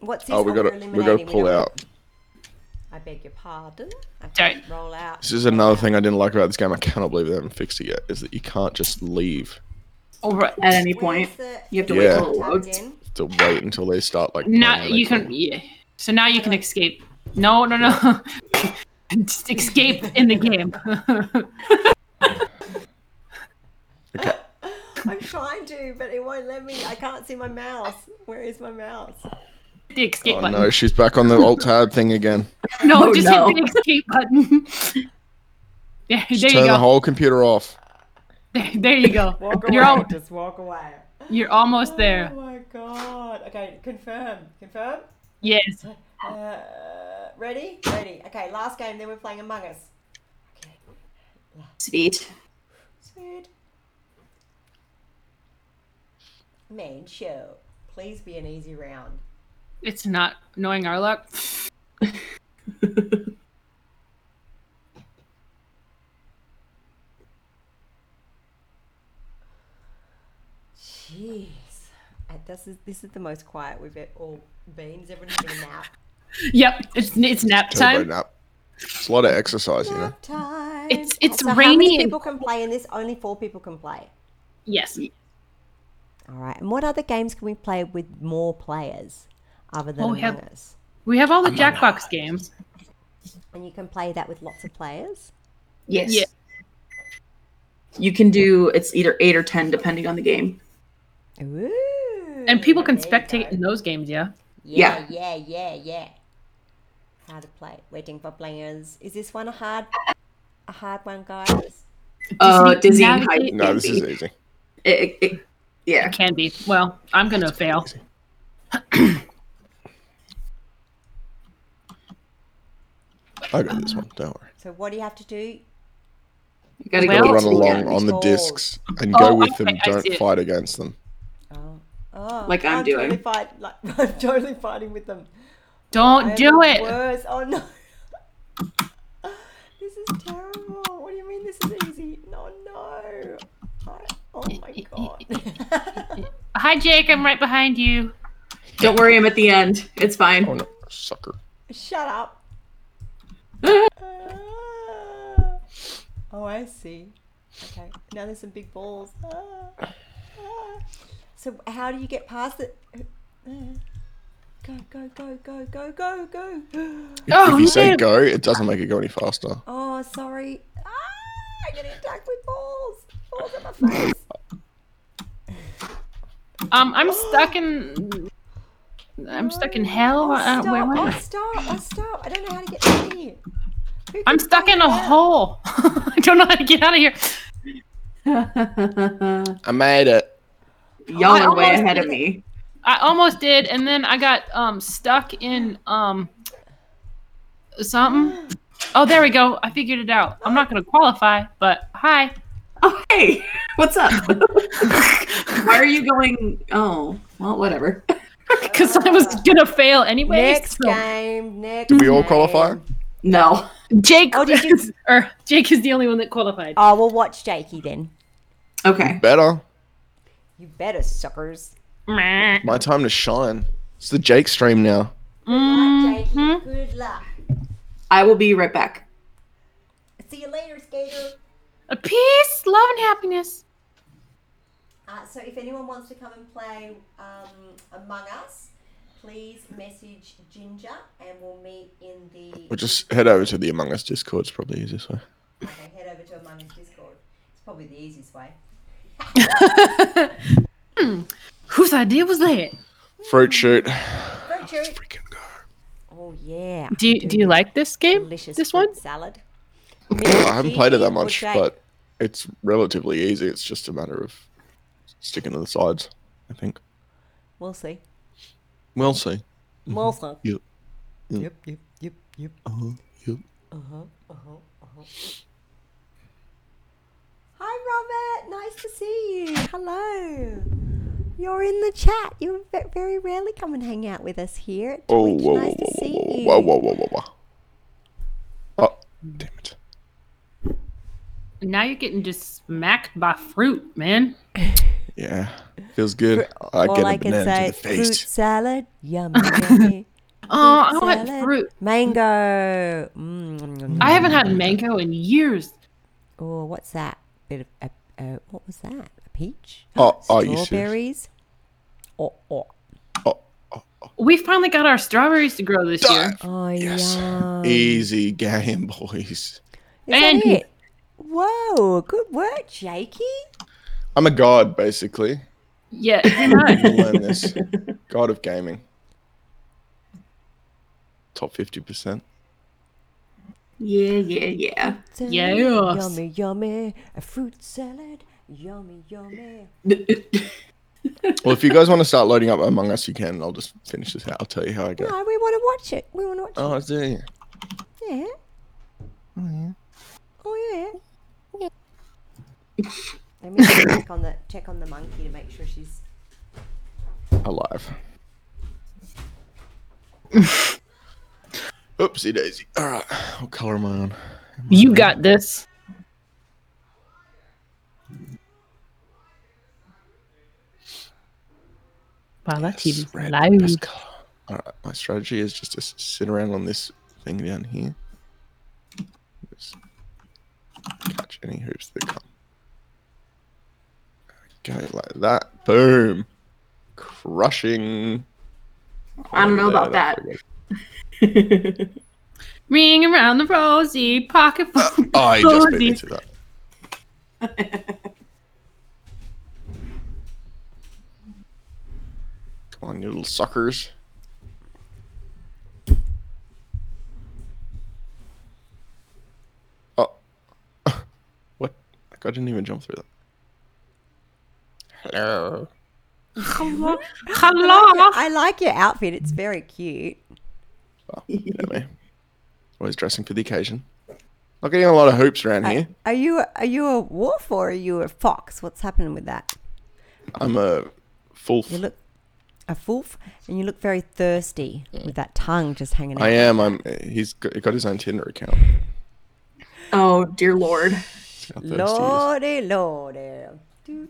[SPEAKER 2] What's this?
[SPEAKER 3] Oh, we
[SPEAKER 2] we're
[SPEAKER 3] gotta we gotta
[SPEAKER 2] eliminating,
[SPEAKER 3] pull
[SPEAKER 2] don't-
[SPEAKER 3] out.
[SPEAKER 2] I beg your pardon. I
[SPEAKER 6] Sorry.
[SPEAKER 2] can't roll out.
[SPEAKER 3] This is another thing I didn't like about this game. I cannot believe they haven't fixed it yet. Is that you can't just leave
[SPEAKER 6] All right.
[SPEAKER 5] At any
[SPEAKER 2] Where's
[SPEAKER 5] point,
[SPEAKER 2] the-
[SPEAKER 5] you have to
[SPEAKER 3] Yeah.
[SPEAKER 5] wait till it
[SPEAKER 2] tab
[SPEAKER 5] loads.
[SPEAKER 2] again?
[SPEAKER 3] to wait until they start like.
[SPEAKER 6] Now
[SPEAKER 3] playing the
[SPEAKER 6] you
[SPEAKER 3] next
[SPEAKER 6] can.
[SPEAKER 3] one.
[SPEAKER 6] Yeah. So now you can escape. No, no, no. Just escape in the game.
[SPEAKER 3] Okay.
[SPEAKER 2] I'm trying to, but it won't let me. I can't see my mouse. Where is my mouse?
[SPEAKER 6] the escape
[SPEAKER 3] Oh
[SPEAKER 6] button.
[SPEAKER 3] no, she's back on the alt tab thing again.
[SPEAKER 6] No,
[SPEAKER 5] Oh,
[SPEAKER 6] just
[SPEAKER 5] no.
[SPEAKER 6] hit the escape button. Yeah, there you
[SPEAKER 3] Turn the
[SPEAKER 6] go.
[SPEAKER 3] whole computer off.
[SPEAKER 6] There, there you go.
[SPEAKER 2] Walk away.
[SPEAKER 6] You're all,
[SPEAKER 2] Just walk away.
[SPEAKER 6] you're almost
[SPEAKER 2] Oh
[SPEAKER 6] there.
[SPEAKER 2] my god. Okay, confirm. Confirm.
[SPEAKER 6] Yes.
[SPEAKER 2] Uh, ready? Ready. Okay, last game, then we're playing Among Us.
[SPEAKER 5] Sweet.
[SPEAKER 2] Sweet. Main show. Please be an easy round.
[SPEAKER 6] It's not knowing our luck.
[SPEAKER 2] Jeez. Uh, This is this is the most quiet we've e- all been. Is everyone having a nap?
[SPEAKER 6] Yep. It's it's nap
[SPEAKER 3] Everybody
[SPEAKER 6] time.
[SPEAKER 3] nap. It's a lot of exercise, you know.
[SPEAKER 2] Nap time.
[SPEAKER 6] It's- it's
[SPEAKER 2] so How
[SPEAKER 6] rainy
[SPEAKER 2] many
[SPEAKER 6] and-
[SPEAKER 2] people can play in this? Only four people can play.
[SPEAKER 6] Yes.
[SPEAKER 2] All right. And what other games can we play with more players other than
[SPEAKER 6] Well, we
[SPEAKER 2] Among
[SPEAKER 6] have-
[SPEAKER 2] Us?
[SPEAKER 6] We have all the Jackbox games.
[SPEAKER 2] And you can play that with lots of players.
[SPEAKER 5] Yes.
[SPEAKER 6] Yeah.
[SPEAKER 5] You can do it's either eight or ten depending on the game.
[SPEAKER 2] Ooh.
[SPEAKER 6] And people can
[SPEAKER 2] there you go.
[SPEAKER 6] spectate in those games, yeah.
[SPEAKER 2] Yeah, yeah, yeah, yeah. How to play? Waiting for players. Is this one a hard, a hard one, guys?
[SPEAKER 5] Uh, dizzying
[SPEAKER 6] navigate-
[SPEAKER 5] height.
[SPEAKER 3] No, this is easy.
[SPEAKER 5] It, it, it, yeah.
[SPEAKER 6] Can be. Well, I'm gonna fail.
[SPEAKER 3] I got this one. Don't worry.
[SPEAKER 2] So what do you have to do?
[SPEAKER 5] You gotta
[SPEAKER 3] Gotta
[SPEAKER 6] Well-
[SPEAKER 5] go
[SPEAKER 3] run
[SPEAKER 5] to the
[SPEAKER 3] along
[SPEAKER 5] end.
[SPEAKER 3] on the
[SPEAKER 2] Balls.
[SPEAKER 3] discs and
[SPEAKER 6] Oh,
[SPEAKER 3] go with
[SPEAKER 6] okay,
[SPEAKER 3] them.
[SPEAKER 6] I see
[SPEAKER 3] Don't
[SPEAKER 6] it.
[SPEAKER 3] fight against them.
[SPEAKER 2] Oh, oh
[SPEAKER 5] Like I'm
[SPEAKER 2] Totally
[SPEAKER 5] doing.
[SPEAKER 2] fight, like, I'm totally fighting with them.
[SPEAKER 6] Don't
[SPEAKER 2] I am
[SPEAKER 6] do
[SPEAKER 2] the
[SPEAKER 6] it.
[SPEAKER 2] Worst. Oh no. this is terrible. What do you mean this is easy? No, no. I, oh my god.
[SPEAKER 6] Hi, Jake. I'm right behind you.
[SPEAKER 5] Don't worry, I'm at the end. It's fine.
[SPEAKER 3] Oh no, sucker.
[SPEAKER 2] Shut up. oh, I see. Okay, now there's some big balls. Ah, ah. So how do you get past it? Go, go, go, go, go, go, go.
[SPEAKER 6] Oh,
[SPEAKER 3] if you say
[SPEAKER 6] no.
[SPEAKER 3] go, it doesn't make it go any faster.
[SPEAKER 2] Oh, sorry. Ah, I'm getting attacked with balls. Balls on my face.
[SPEAKER 6] Um, I'm stuck in. I'm stuck in hell.
[SPEAKER 2] Oh,
[SPEAKER 6] Uh,
[SPEAKER 2] stop.
[SPEAKER 6] where am
[SPEAKER 2] Oh,
[SPEAKER 6] I?
[SPEAKER 2] stop. Oh, stop. I don't know how to get out of here. Who
[SPEAKER 6] I'm
[SPEAKER 2] can
[SPEAKER 6] stuck in
[SPEAKER 2] find
[SPEAKER 6] a
[SPEAKER 2] out?
[SPEAKER 6] hole. I don't know how to get out of here.
[SPEAKER 3] I made it.
[SPEAKER 5] Y'all
[SPEAKER 6] I
[SPEAKER 5] are way
[SPEAKER 6] almost
[SPEAKER 5] ahead
[SPEAKER 6] did
[SPEAKER 5] of me.
[SPEAKER 6] I almost did, and then I got um stuck in um something. Oh, there we go. I figured it out. I'm not going to qualify, but hi.
[SPEAKER 5] Oh, hey, what's up? Why are you going? Oh, well, whatever.
[SPEAKER 6] Because I was going to fail anyway.
[SPEAKER 2] Next
[SPEAKER 6] so-
[SPEAKER 2] game. Next.
[SPEAKER 3] Did we all
[SPEAKER 2] game.
[SPEAKER 3] qualify?
[SPEAKER 5] No.
[SPEAKER 6] Jake,
[SPEAKER 2] Oh, did you-
[SPEAKER 6] or Jake is the only one that qualified.
[SPEAKER 2] Oh, we'll watch Jakey then.
[SPEAKER 5] Okay.
[SPEAKER 3] Better.
[SPEAKER 2] You better, suckers.
[SPEAKER 6] Meh.
[SPEAKER 3] My time to shine. It's the Jake stream now.
[SPEAKER 2] Jakey, good luck.
[SPEAKER 5] I will be right back.
[SPEAKER 2] See you later, skater.
[SPEAKER 6] A peace, love, and happiness.
[SPEAKER 2] Uh, so if anyone wants to come and play um, Among Us, please message Ginger and we'll meet in the.
[SPEAKER 3] We'll just head over to the Among Us Discord. It's probably easiest way.
[SPEAKER 2] Okay, head over to Among Us Discord. It's probably the easiest way.
[SPEAKER 6] Whose idea was that?
[SPEAKER 3] Fruit shoot.
[SPEAKER 2] Fruit shoot.
[SPEAKER 3] Freaking go.
[SPEAKER 2] Oh yeah.
[SPEAKER 6] Do you, do you like this game?
[SPEAKER 2] delicious
[SPEAKER 6] this
[SPEAKER 2] fruit
[SPEAKER 6] one?
[SPEAKER 2] salad?
[SPEAKER 3] I haven't played it that much, but it's relatively easy. It's just a matter of sticking to the sides, I think.
[SPEAKER 2] we'll see.
[SPEAKER 3] We'll see.
[SPEAKER 2] We'll see.
[SPEAKER 3] Yep. Yep.
[SPEAKER 2] Yep. Yep. Yep. Yep.
[SPEAKER 3] Uh-huh. Yep.
[SPEAKER 2] Uh huh. Uh huh. Uh huh. Hi, Robert. Nice to see you. Hello. You're in the chat. You ve- very rarely come and hang out with us here. at
[SPEAKER 3] Oh,
[SPEAKER 2] Twitch.
[SPEAKER 3] whoa, whoa,
[SPEAKER 2] nice
[SPEAKER 3] whoa,
[SPEAKER 2] to see you.
[SPEAKER 3] whoa, whoa, whoa, whoa, whoa, whoa. Oh, damn it.
[SPEAKER 6] Now you're getting just smacked by fruit, man.
[SPEAKER 3] Yeah. Feels good. I get
[SPEAKER 2] All
[SPEAKER 3] a
[SPEAKER 2] I
[SPEAKER 3] banana
[SPEAKER 2] can say,
[SPEAKER 3] to the
[SPEAKER 2] fruit
[SPEAKER 3] face.
[SPEAKER 2] salad, yummy, yummy.
[SPEAKER 6] Oh, I want
[SPEAKER 2] salad,
[SPEAKER 6] fruit.
[SPEAKER 2] mango. Mm.
[SPEAKER 6] I haven't had mango in years.
[SPEAKER 2] Oh, what's that? Bit of a, uh, what was that? A peach?
[SPEAKER 3] Oh, are you serious?
[SPEAKER 2] Strawberries. Oh, oh,
[SPEAKER 3] Oh,
[SPEAKER 6] We finally got our strawberries to grow this year.
[SPEAKER 2] oh
[SPEAKER 3] yes.
[SPEAKER 2] yum.
[SPEAKER 3] Easy game, boys.
[SPEAKER 2] Is that
[SPEAKER 6] And-
[SPEAKER 2] it? Whoa, good work, Jakey.
[SPEAKER 3] I'm a god, basically.
[SPEAKER 6] Yeah, you're not.
[SPEAKER 3] You'll learn this. god of gaming. Top 50%.
[SPEAKER 5] Yeah, yeah, yeah.
[SPEAKER 2] Salad,
[SPEAKER 6] Yes.
[SPEAKER 2] Yummy, yummy. A fruit salad. Yummy, yummy.
[SPEAKER 3] Well, if you guys want to start loading up Among Us, you can. and I'll just finish this out. I'll tell you how I go.
[SPEAKER 2] No, we want to watch it. We want to watch
[SPEAKER 3] Oh, I see.
[SPEAKER 2] it. Yeah. Oh yeah. Let me just check on the check on the monkey to make sure she's
[SPEAKER 3] Alive. Oopsie daisy. All right. I'll color my own.
[SPEAKER 6] you got this. Wow, that TV's
[SPEAKER 3] Red,
[SPEAKER 6] loud.
[SPEAKER 3] best color. All right. My strategy is just to s- sit around on this thing down here. Just catch any hoops that come. Okay, like that. Boom. Crushing.
[SPEAKER 5] I don't know
[SPEAKER 3] There,
[SPEAKER 5] about that.
[SPEAKER 3] that's pretty good.
[SPEAKER 6] Ring around the rosy pocket full. of
[SPEAKER 3] Oh, he just beat me
[SPEAKER 6] roses.
[SPEAKER 3] to that. Come on, you little suckers. Oh. what? Like, I didn't even jump through that. Hello.
[SPEAKER 6] Hello.
[SPEAKER 2] I like your outfit, it's very cute.
[SPEAKER 3] Oh, you know me. Always dressing for the occasion. Not getting a lot of hoops around here.
[SPEAKER 2] Are you are you a wolf or are you a fox? What's happening with that?
[SPEAKER 3] I'm a full.
[SPEAKER 2] You look a wolf and you look very thirsty with that tongue just hanging out.
[SPEAKER 3] I am. I'm. He's got, got his own Tinder account.
[SPEAKER 5] Oh, dear lord.
[SPEAKER 3] How thirsty he is.
[SPEAKER 2] Lordy, lordy.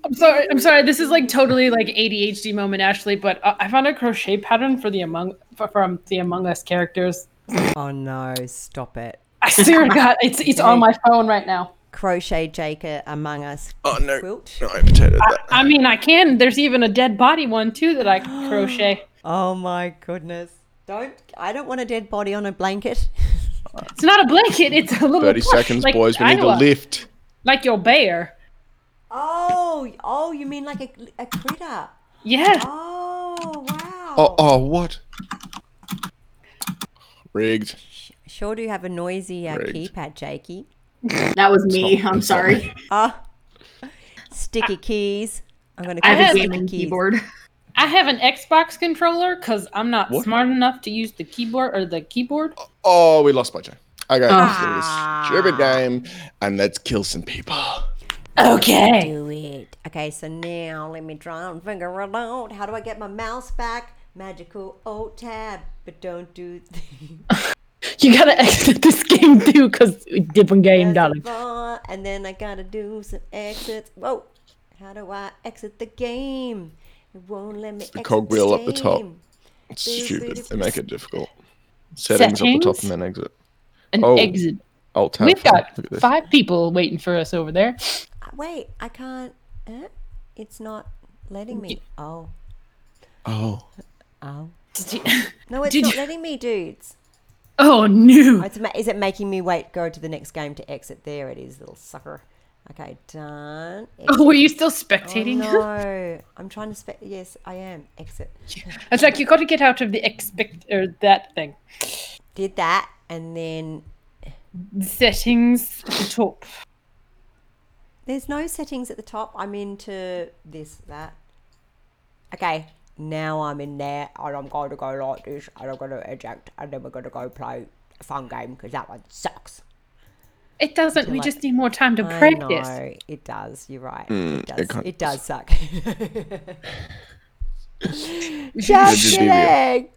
[SPEAKER 6] I'm sorry. I'm sorry. This is like totally like ADHD moment, Ashley. But uh, I found a crochet pattern for the among for, from the Among Us characters.
[SPEAKER 2] Oh no, stop it.
[SPEAKER 6] I swear to God, it's it's on my phone right now.
[SPEAKER 2] Crochet Jaker among us.
[SPEAKER 3] Oh no!
[SPEAKER 2] Quilt.
[SPEAKER 3] No, I imitated that.
[SPEAKER 6] I mean, I can. There's even a dead body one too that I can crochet.
[SPEAKER 2] Oh my goodness. Don't I don't want a dead body on a blanket.
[SPEAKER 6] It's not a blanket. It's a little.
[SPEAKER 3] Thirty
[SPEAKER 6] plush,
[SPEAKER 3] seconds,
[SPEAKER 6] like
[SPEAKER 3] boys. We need to
[SPEAKER 6] Iowa,
[SPEAKER 3] lift.
[SPEAKER 6] Like your bear.
[SPEAKER 2] Oh, oh, you mean like a, a critter.
[SPEAKER 6] Yeah.
[SPEAKER 2] Oh, wow.
[SPEAKER 3] Oh, oh, what? Rigged.
[SPEAKER 2] Sure do have a noisy uh,
[SPEAKER 3] Rigged.
[SPEAKER 2] keypad, Jakey.
[SPEAKER 5] That was me. I'm sorry.
[SPEAKER 2] Oh, sticky keys. I'm going to
[SPEAKER 5] Ah. I
[SPEAKER 2] call them
[SPEAKER 5] have a
[SPEAKER 2] sticky
[SPEAKER 5] gaming
[SPEAKER 2] keys.
[SPEAKER 5] keyboard.
[SPEAKER 6] I have an Xbox controller because I'm not
[SPEAKER 3] What?
[SPEAKER 6] smart enough to use the keyboard or the keyboard.
[SPEAKER 3] Oh, we lost by Jay. I got
[SPEAKER 6] Ah.
[SPEAKER 3] to play this stupid game and let's kill some people. Oh.
[SPEAKER 6] Okay.
[SPEAKER 2] Do it. Okay, so now let me try and figure it out. How do I get my mouse back? Magical alt tab, but don't do things.
[SPEAKER 6] You gotta exit this game too, cause it different game, darling.
[SPEAKER 2] Fun, And then I gotta do some exits. Whoa! How do I exit the game? It won't let me
[SPEAKER 3] the
[SPEAKER 2] exit
[SPEAKER 3] cogwheel
[SPEAKER 2] the
[SPEAKER 3] up the top.
[SPEAKER 2] game.
[SPEAKER 3] It's
[SPEAKER 2] Please
[SPEAKER 3] stupid.
[SPEAKER 2] leave it
[SPEAKER 3] They make it difficult. Settings, up the top and
[SPEAKER 6] Settings?
[SPEAKER 3] then exit.
[SPEAKER 6] An
[SPEAKER 3] Oh,
[SPEAKER 6] exit.
[SPEAKER 3] Alt tab.
[SPEAKER 6] We've
[SPEAKER 3] five.
[SPEAKER 6] got
[SPEAKER 3] Look at this.
[SPEAKER 6] five people waiting for us over there.
[SPEAKER 2] Uh, Wait, I can't. eh? It's not letting me. Oh,
[SPEAKER 3] Oh,
[SPEAKER 2] oh.
[SPEAKER 6] Did you-
[SPEAKER 2] No, it's
[SPEAKER 6] Did
[SPEAKER 2] not
[SPEAKER 6] you-
[SPEAKER 2] letting me, dudes.
[SPEAKER 6] Oh
[SPEAKER 2] Oh,
[SPEAKER 6] no!
[SPEAKER 2] it's ma- is it making me wait? Go to the next game to exit. There it is, little sucker. Okay, done.
[SPEAKER 6] Oh,
[SPEAKER 2] Exit.
[SPEAKER 6] were you still
[SPEAKER 2] Oh,
[SPEAKER 6] spectating?
[SPEAKER 2] no, I'm trying to. Spe- yes, I am. Exit.
[SPEAKER 6] It's like you gotta get out of the expect or that thing.
[SPEAKER 2] Did that, and then
[SPEAKER 6] Settings at the top.
[SPEAKER 2] There's no settings at the top. I'm into this, that. Okay, now I'm in there and I'm going to go like this and I'm going to eject and then we're going to go play a fun game because that one sucks.
[SPEAKER 6] It doesn't. We
[SPEAKER 2] like-
[SPEAKER 6] just need more time to
[SPEAKER 2] I
[SPEAKER 6] practice.
[SPEAKER 2] know, it does. You're right. it
[SPEAKER 3] Mm, it
[SPEAKER 2] does. It,
[SPEAKER 3] can't-
[SPEAKER 2] does suck.
[SPEAKER 3] Just
[SPEAKER 2] Just
[SPEAKER 3] leave it.
[SPEAKER 2] kidding.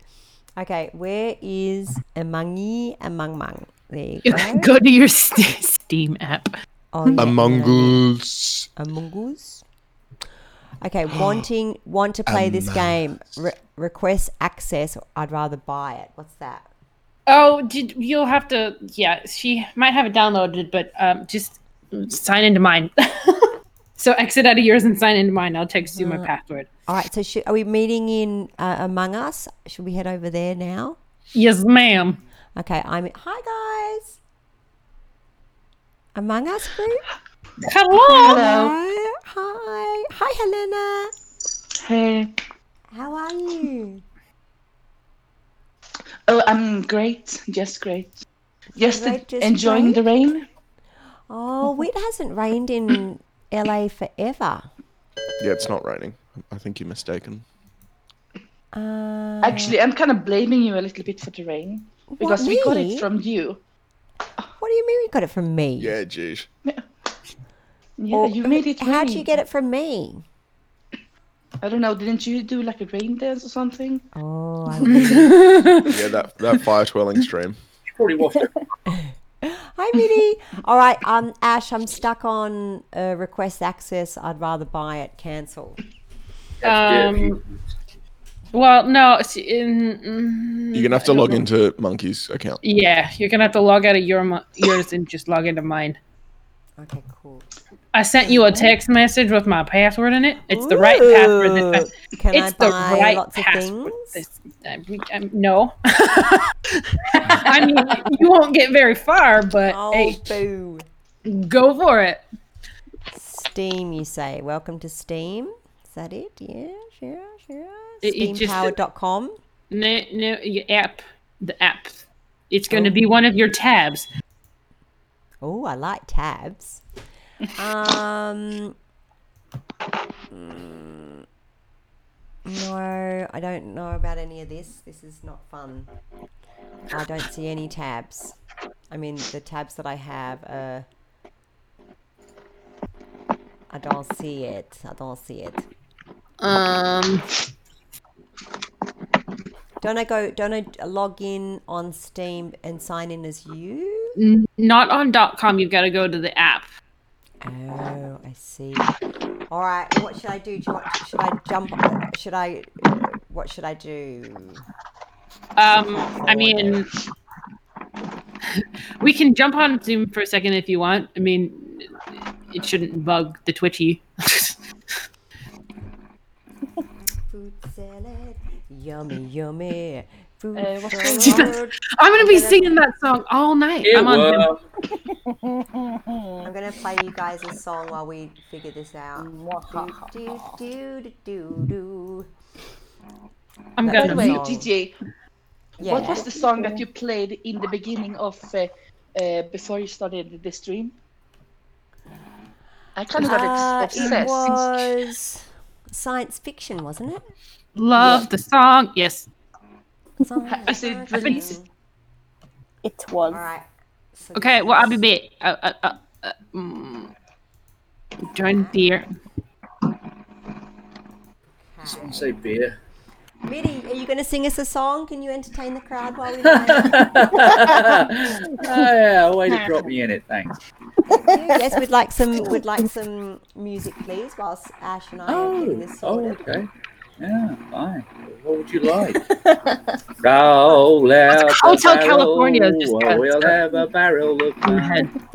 [SPEAKER 2] Okay, where is Amangi Amang Mang? There you
[SPEAKER 6] You
[SPEAKER 2] go.
[SPEAKER 6] can go to your st- Steam app.
[SPEAKER 2] Oh, yeah,
[SPEAKER 3] a
[SPEAKER 2] yeah.
[SPEAKER 3] mongoose.
[SPEAKER 2] A mongoose. Okay, wanting want to play this game. Re- request access. or I'd rather buy it. What's that?
[SPEAKER 6] Oh, did you'll have to? Yeah, she might have it downloaded, but um, just sign into mine. so exit out of yours and sign into mine. I'll text you my password.
[SPEAKER 2] All right. So should, are we meeting in uh, Among Us? Should we head over there now?
[SPEAKER 6] Yes, ma'am.
[SPEAKER 2] Okay. I'm. Hi guys. Among Us group.
[SPEAKER 6] Hello.
[SPEAKER 7] Hello.
[SPEAKER 2] Hi. Hi. Hi, Helena.
[SPEAKER 7] Hey.
[SPEAKER 2] How are you?
[SPEAKER 7] Oh, I'm great. Just great. Just
[SPEAKER 2] Great, just
[SPEAKER 7] enjoying the rain.
[SPEAKER 2] Oh, it hasn't rained in LA forever.
[SPEAKER 3] Yeah, it's not raining. I think you're mistaken.
[SPEAKER 2] Uh,
[SPEAKER 7] Actually, I'm kind of blaming you a little bit for the rain because we got
[SPEAKER 2] me?
[SPEAKER 7] it from you.
[SPEAKER 2] what do you mean we got it from me?
[SPEAKER 3] Yeah, geez.
[SPEAKER 7] Yeah,
[SPEAKER 2] Or-
[SPEAKER 7] you made it.
[SPEAKER 2] Oh, How'd you
[SPEAKER 7] rain.
[SPEAKER 2] get it from me?
[SPEAKER 7] I don't know. Didn't you do like a rain dance or something?
[SPEAKER 2] Oh, I
[SPEAKER 3] Yeah, that, that fire twirling stream.
[SPEAKER 8] Probably watched it.
[SPEAKER 2] Hi, Minnie. All right, um, Ash, I'm stuck on uh, request access. I'd rather buy it. Cancel.
[SPEAKER 6] Um, well, no. it's In, mm,
[SPEAKER 3] You're gonna have to log into Monkey's account.
[SPEAKER 6] yeah, you're gonna have to log out of your mo- yours and just log into mine.
[SPEAKER 2] Okay, cool.
[SPEAKER 6] I sent you a text message with my password in it. It's the right password. This time.
[SPEAKER 2] Ooh, Can
[SPEAKER 6] it's
[SPEAKER 2] I buy
[SPEAKER 6] the right
[SPEAKER 2] lots of
[SPEAKER 6] password.
[SPEAKER 2] things?
[SPEAKER 6] This, I, am no. I mean, you won't get very far, but
[SPEAKER 2] Oh,
[SPEAKER 6] hey,
[SPEAKER 2] boo.
[SPEAKER 6] go for it.
[SPEAKER 2] Steam, you say. Welcome to Steam. Is that it? Yeah, yeah, yeah.
[SPEAKER 6] It- it just-
[SPEAKER 2] Steampower.com.
[SPEAKER 6] No, no, your app, the app. It's going to be one of your tabs.
[SPEAKER 2] Oh, I like tabs. Um, mm, no, I don't know about any of this. This is not fun. I don't see any tabs. I mean, the tabs that I have are. I don't see it. I don't see it.
[SPEAKER 6] Um,
[SPEAKER 2] Don't I go? Don't I log in on Steam and sign in as you?
[SPEAKER 6] n- not on .com. You've got to go to the app.
[SPEAKER 2] Oh, I see. All right, what should I do? do you want, should I jump? Should I? What should I do?
[SPEAKER 6] Um, I mean, we can jump on Zoom for a second if you want. I mean, it shouldn't bug the Twitchy.
[SPEAKER 2] Food salad, yummy, yummy. Food
[SPEAKER 7] Uh, what's going
[SPEAKER 2] salad.
[SPEAKER 6] I'm gonna be singing that song all night.
[SPEAKER 8] It
[SPEAKER 6] I'm on Vim.
[SPEAKER 8] was.
[SPEAKER 2] I'm gonna play you guys a song while we figure this out. do do do do do.
[SPEAKER 6] I'm
[SPEAKER 2] That's
[SPEAKER 6] gonna.
[SPEAKER 2] a
[SPEAKER 7] By the way,
[SPEAKER 2] song.
[SPEAKER 7] DJ,
[SPEAKER 2] Yeah.
[SPEAKER 7] what was the song that you played in the beginning of uh, uh, before you started the stream? I kind of got
[SPEAKER 2] Uh,
[SPEAKER 7] obs-
[SPEAKER 2] it
[SPEAKER 7] obsessed.
[SPEAKER 2] was science fiction, wasn't it?
[SPEAKER 6] Love the song. Yes.
[SPEAKER 2] Science
[SPEAKER 7] Is it
[SPEAKER 2] fiction.
[SPEAKER 7] released?
[SPEAKER 9] It
[SPEAKER 2] All
[SPEAKER 9] was.
[SPEAKER 2] right. So
[SPEAKER 6] Okay, well, I'll be back. Uh, uh, uh, uh, mm. Join dear.
[SPEAKER 8] Someone say beer.
[SPEAKER 2] Mitty, are you going to sing us a song? Can you entertain the crowd while we play?
[SPEAKER 8] oh, yeah, way to drop me in it, thanks.
[SPEAKER 2] yes, we'd like some. We'd like some music, please, whilst Ash and I are getting
[SPEAKER 8] Oh,
[SPEAKER 2] this
[SPEAKER 8] oh,
[SPEAKER 2] sorted.
[SPEAKER 8] okay. Yeah, fine. What would you like? Roll out the
[SPEAKER 6] Hotel
[SPEAKER 8] barrel,
[SPEAKER 6] California just
[SPEAKER 8] or
[SPEAKER 6] got-
[SPEAKER 8] We'll have a barrel of wine.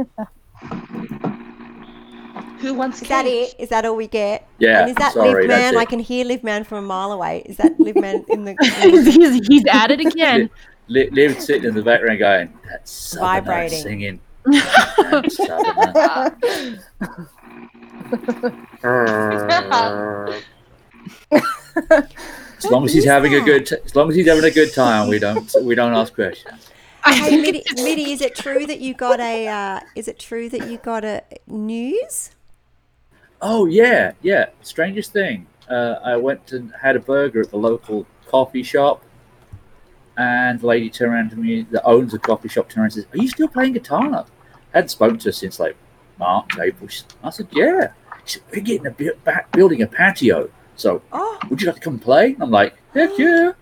[SPEAKER 7] Who wants
[SPEAKER 2] Is that
[SPEAKER 7] cake?
[SPEAKER 2] it? Is that all we get?
[SPEAKER 8] Yeah,
[SPEAKER 2] And is that
[SPEAKER 8] sorry,
[SPEAKER 2] Live
[SPEAKER 8] that's
[SPEAKER 2] Man?
[SPEAKER 8] it.
[SPEAKER 2] I can hear Live Man from a mile away. Is that Live Man in the in the-
[SPEAKER 6] he's, he's, he's at it again.
[SPEAKER 8] Liv, Liv sitting in the background going, that's Southerner
[SPEAKER 2] Vibrating.
[SPEAKER 8] singing. That's Southerner. as long as he's having a good, t- as long as he's having a good time, we don't we don't ask questions.
[SPEAKER 6] I
[SPEAKER 2] Hey,
[SPEAKER 6] think
[SPEAKER 2] Mitty,
[SPEAKER 6] it's just-
[SPEAKER 2] Mitty, is it true that you got a? Uh, is it true that you got a news?
[SPEAKER 8] Oh yeah, yeah. Strangest thing, uh, I went and had a burger at the local coffee shop, and the lady turned around to me that owns the coffee shop turned around and says, "Are you still playing guitar?" hadn't spoken to her since like March, April. She- I said, "Yeah." She said, "We're getting a bu- back building a patio, so
[SPEAKER 2] Oh,
[SPEAKER 8] would you like to come play? I'm like, heck yeah.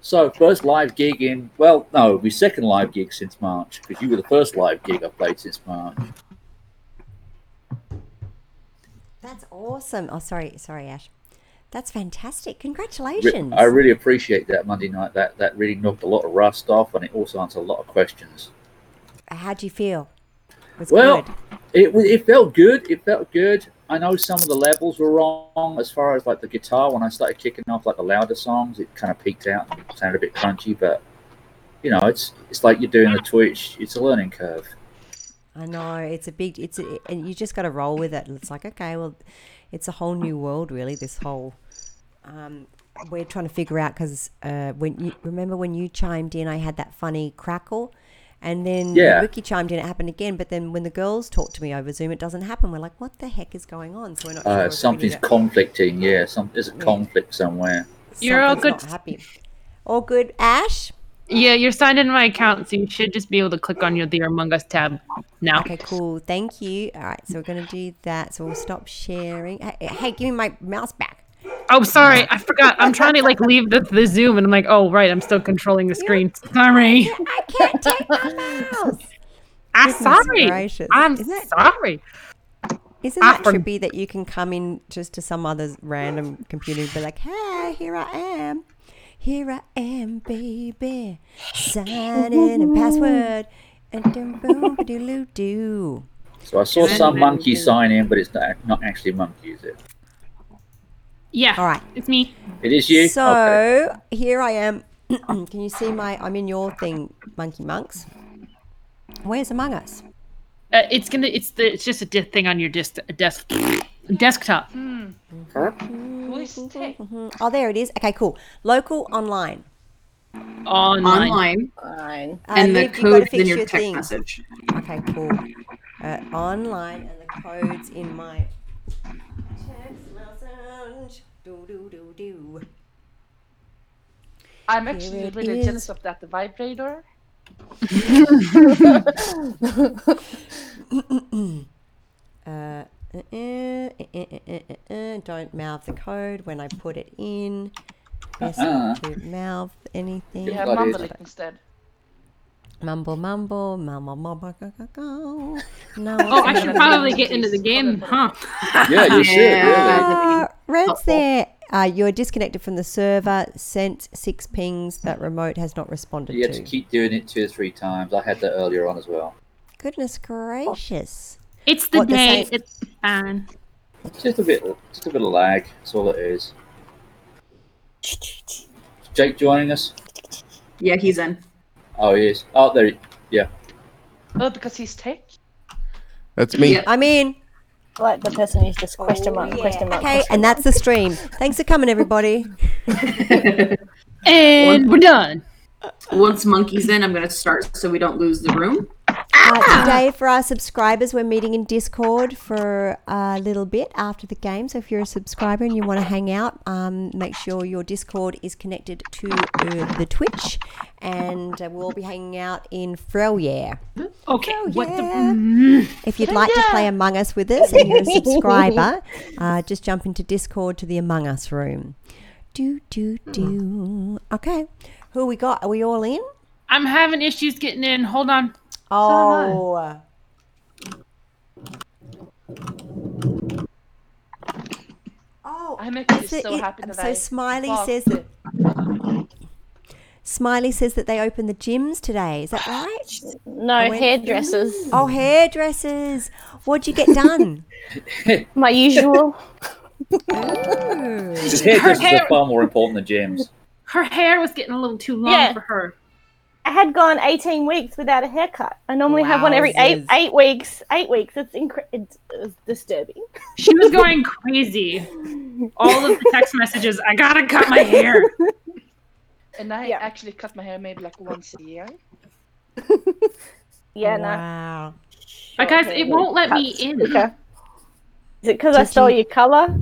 [SPEAKER 8] So first live gig in well, no, my second live gig since March because you were the first live gig I played since March.
[SPEAKER 2] that's awesome. Oh, sorry, sorry, Ash. That's fantastic.
[SPEAKER 8] Re-
[SPEAKER 2] Congratulations.
[SPEAKER 8] I really appreciate that Monday night. That that really knocked a lot of rust off, and it also answered a lot of questions.
[SPEAKER 2] How do you feel? Was
[SPEAKER 8] Well,
[SPEAKER 2] good.
[SPEAKER 8] it wa- it felt good. It felt good. I know some of the levels were wrong as far as like the guitar. When I started kicking off like the louder songs, it kind of peaked out. and sounded a bit crunchy, but you know, it's it's like you're doing the Twitch. It's a learning curve.
[SPEAKER 2] I know it's a big. It's a, and you just got to roll with it. It's like okay, well, it's a whole new world, really. This whole um, we're trying to figure out because uh, when you remember when you chimed in, I had that funny crackle, and then
[SPEAKER 8] Yeah.
[SPEAKER 2] Ricky chimed in, it happened again. But then when the girls talk to me over Zoom, it doesn't happen. We're like, what the heck is going on? So we're not. sure
[SPEAKER 8] Uh,
[SPEAKER 2] if we
[SPEAKER 8] something's
[SPEAKER 2] need to-
[SPEAKER 8] conflicting. Yeah, some there's a conflict somewhere.
[SPEAKER 6] You're all
[SPEAKER 2] something's
[SPEAKER 6] good.
[SPEAKER 2] Not happy. All good, Ash.
[SPEAKER 6] yeah, you're signed into my account, so you should just be able to click on your Dear Among Us tab now.
[SPEAKER 2] Okay, cool. Thank you. All right, so we're gonna do that. So we'll stop sharing. Hey, hey give me my mouse back.
[SPEAKER 6] Oh, sorry, I forgot. I'm trying to like leave the, the Zoom, and I'm like, oh right, I'm still controlling the screen. Sorry,
[SPEAKER 2] I can't take my mouse.
[SPEAKER 6] I'm
[SPEAKER 2] Goodness
[SPEAKER 6] sorry.
[SPEAKER 2] gracious.
[SPEAKER 6] I'm
[SPEAKER 2] Isn't it-
[SPEAKER 6] sorry.
[SPEAKER 2] Isn't that
[SPEAKER 6] Often-
[SPEAKER 2] trippy that you can come in just to some other random computer and be like, hey, here I am. Here I am, baby. Sign in and password. And dum boom doo doo.
[SPEAKER 8] So I saw some monkey sign in, but it's not, not actually monkey, is it?
[SPEAKER 6] Yeah,
[SPEAKER 2] All right.
[SPEAKER 6] it's me.
[SPEAKER 8] It is you.
[SPEAKER 2] So
[SPEAKER 8] Okay.
[SPEAKER 2] here I am. can you see my, I'm in your thing, Monkey Monks? Where's Among Us?
[SPEAKER 6] Uh, it's gonna. It's the. It's just a di- thing on your dis- desk. Desktop.
[SPEAKER 7] Voice tech.
[SPEAKER 2] Mhm. Oh, there it is. Okay, cool. Local, online.
[SPEAKER 6] Online.
[SPEAKER 5] Online
[SPEAKER 9] Fine.
[SPEAKER 2] Uh,
[SPEAKER 5] and the
[SPEAKER 2] Liv, you gotta
[SPEAKER 5] code
[SPEAKER 2] fix
[SPEAKER 5] in your
[SPEAKER 2] your
[SPEAKER 5] text
[SPEAKER 2] thing.
[SPEAKER 5] message.
[SPEAKER 2] Okay, cool. Uh, online and the codes in my text message. Do do do do.
[SPEAKER 7] I'm actually
[SPEAKER 2] it
[SPEAKER 7] really
[SPEAKER 2] is.
[SPEAKER 7] jealous of that vibrator.
[SPEAKER 2] Uh, uh, uh, uh, uh, uh, uh, uh, don't mouth the code when I put it in. Press
[SPEAKER 8] Uh-uh.
[SPEAKER 2] to mouth anything.
[SPEAKER 8] Yeah,
[SPEAKER 7] Yeah,
[SPEAKER 8] bloody-
[SPEAKER 7] mumble it instead.
[SPEAKER 2] Mumble mumble mumble mumble go go go. No.
[SPEAKER 6] Oh, I should probably get into the game, huh?
[SPEAKER 8] yeah, you should.
[SPEAKER 5] Yeah.
[SPEAKER 8] Really.
[SPEAKER 2] Uh, Red's
[SPEAKER 5] helpful.
[SPEAKER 2] there. Uh, you're disconnected from the server. Sent six pings that remote has not responded
[SPEAKER 8] You had to
[SPEAKER 2] to.
[SPEAKER 8] keep doing it two or three times. I had that earlier on as well.
[SPEAKER 2] Goodness gracious.
[SPEAKER 6] It's the
[SPEAKER 2] What, the
[SPEAKER 6] day.
[SPEAKER 2] same-
[SPEAKER 6] It's fine.
[SPEAKER 8] Just a bit, just a bit of lag. That's all it is. Jake joining us?
[SPEAKER 5] Yeah, he's in.
[SPEAKER 8] Oh, he is. Oh, there. He, yeah.
[SPEAKER 7] Oh, because he's tech?
[SPEAKER 3] That's me.
[SPEAKER 5] Yeah.
[SPEAKER 2] I'm in.
[SPEAKER 9] Like the person who's just question mark, question mark.
[SPEAKER 2] Okay, and that's the stream. Thanks for coming, everybody.
[SPEAKER 6] And we're done.
[SPEAKER 5] Once monkey's in, I'm gonna start so we don't lose the room.
[SPEAKER 2] Uh, today, for our subscribers, we're meeting in Discord for a little bit after the game. So, if you're a subscriber and you want to hang out, um, make sure your Discord is connected to uh, the Twitch, and uh, we'll all be hanging out in Freljare.
[SPEAKER 6] Okay. what
[SPEAKER 2] yeah.
[SPEAKER 6] the?
[SPEAKER 2] If you'd like to play Among Us with us and you're a subscriber, uh, just jump into Discord to the Among Us room. Do, do, do. Okay. Who we got? Are we all in?
[SPEAKER 6] I'm having issues getting in. Hold on.
[SPEAKER 2] Oh. oh.
[SPEAKER 7] I'm actually
[SPEAKER 2] Is it-
[SPEAKER 7] so
[SPEAKER 2] it-
[SPEAKER 7] happy
[SPEAKER 2] um,
[SPEAKER 7] that
[SPEAKER 2] so
[SPEAKER 7] I
[SPEAKER 2] Smiley
[SPEAKER 7] logged
[SPEAKER 2] says that. Smiley says that they open the gyms today. Is that right?
[SPEAKER 9] No,
[SPEAKER 2] went-
[SPEAKER 9] hairdressers.
[SPEAKER 2] Oh, hairdressers. What'd you get done?
[SPEAKER 9] My usual.
[SPEAKER 2] Ooh.
[SPEAKER 8] Just hairdressers
[SPEAKER 6] hair-
[SPEAKER 8] are far more important than gyms.
[SPEAKER 6] Her hair was getting a little too long
[SPEAKER 9] Yeah.
[SPEAKER 6] for her.
[SPEAKER 9] I had gone 18 weeks without a haircut. I normally have one every eight
[SPEAKER 2] Wowzers.
[SPEAKER 9] eight weeks. Eight weeks. It's, incre- it's, it's disturbing.
[SPEAKER 6] She was going crazy. All of the text messages. I gotta cut my hair.
[SPEAKER 7] And I
[SPEAKER 9] Yeah.
[SPEAKER 7] actually cut my hair maybe like once a year.
[SPEAKER 9] Yeah, no.
[SPEAKER 2] wow.
[SPEAKER 6] But guys, it won't let me in.
[SPEAKER 9] Okay. Is it because I
[SPEAKER 2] Did
[SPEAKER 9] stole
[SPEAKER 2] you-
[SPEAKER 9] your color?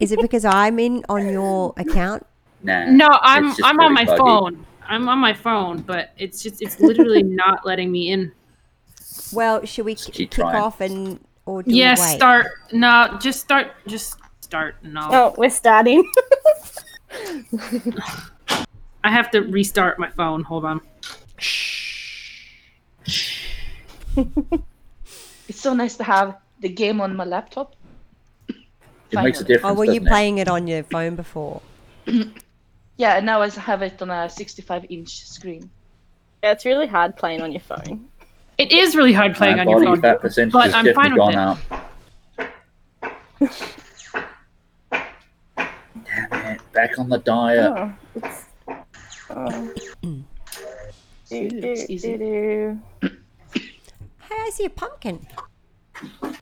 [SPEAKER 2] Is it because I'm in on your account?
[SPEAKER 8] Nah.
[SPEAKER 6] No, I'm
[SPEAKER 8] just
[SPEAKER 6] I'm on my
[SPEAKER 8] very buggy.
[SPEAKER 6] phone. I'm on my phone, but it's just it's literally not letting me in.
[SPEAKER 2] Well, should we
[SPEAKER 8] Just
[SPEAKER 2] k-
[SPEAKER 8] keep
[SPEAKER 2] kick
[SPEAKER 8] trying.
[SPEAKER 2] off and or do
[SPEAKER 6] Yes,
[SPEAKER 2] we wait?
[SPEAKER 6] start. No, just start. Just start. No,
[SPEAKER 9] Oh, we're starting.
[SPEAKER 6] I have to restart my phone. Hold on.
[SPEAKER 7] It's so nice to have the game on my laptop.
[SPEAKER 8] It makes a
[SPEAKER 7] Finally.
[SPEAKER 8] difference.
[SPEAKER 2] Oh, were you
[SPEAKER 8] doesn't it?
[SPEAKER 2] playing it on your phone before?
[SPEAKER 7] Yeah, and now I have it on a 65 inch screen.
[SPEAKER 9] Yeah, it's really hard playing on your phone.
[SPEAKER 6] It is really hard playing
[SPEAKER 8] My
[SPEAKER 6] on your
[SPEAKER 8] body
[SPEAKER 6] phone.
[SPEAKER 8] fat percentage
[SPEAKER 6] but
[SPEAKER 8] has
[SPEAKER 6] I'm
[SPEAKER 8] definitely
[SPEAKER 6] fine with
[SPEAKER 8] gone
[SPEAKER 6] it.
[SPEAKER 8] up. Damn it! Back on the diet.
[SPEAKER 9] Oh, it's. Oh. do, do,
[SPEAKER 7] Looks
[SPEAKER 9] do,
[SPEAKER 7] easy.
[SPEAKER 9] do.
[SPEAKER 2] Hey, I see a pumpkin.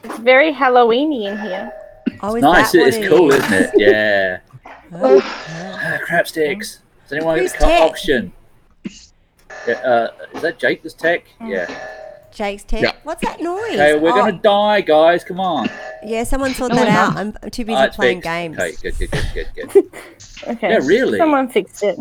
[SPEAKER 9] It's very Halloweeny in here.
[SPEAKER 2] Oh, is
[SPEAKER 8] nice.
[SPEAKER 2] that
[SPEAKER 8] It
[SPEAKER 2] what
[SPEAKER 8] is
[SPEAKER 2] it
[SPEAKER 8] cool,
[SPEAKER 2] is?
[SPEAKER 8] isn't it? Yeah.
[SPEAKER 2] Oh,
[SPEAKER 8] Ah, crap sticks. Does anyone
[SPEAKER 2] Who's
[SPEAKER 8] get a cut
[SPEAKER 2] tech?
[SPEAKER 8] option? Yeah, uh, is that Jake? This tech? Yeah.
[SPEAKER 2] Jake's tech.
[SPEAKER 3] Yeah.
[SPEAKER 2] What's that noise?
[SPEAKER 8] Okay, we're
[SPEAKER 2] Oh,
[SPEAKER 8] gonna die, guys. Come on.
[SPEAKER 2] Yeah, someone sort
[SPEAKER 6] No,
[SPEAKER 2] that
[SPEAKER 6] we're
[SPEAKER 2] out. I'm I'm too busy
[SPEAKER 8] Ah, it's
[SPEAKER 2] playing
[SPEAKER 8] fixed.
[SPEAKER 2] games.
[SPEAKER 8] Okay, good, good, good, good, good.
[SPEAKER 9] Okay.
[SPEAKER 8] Yeah, really?
[SPEAKER 9] Someone fixed it.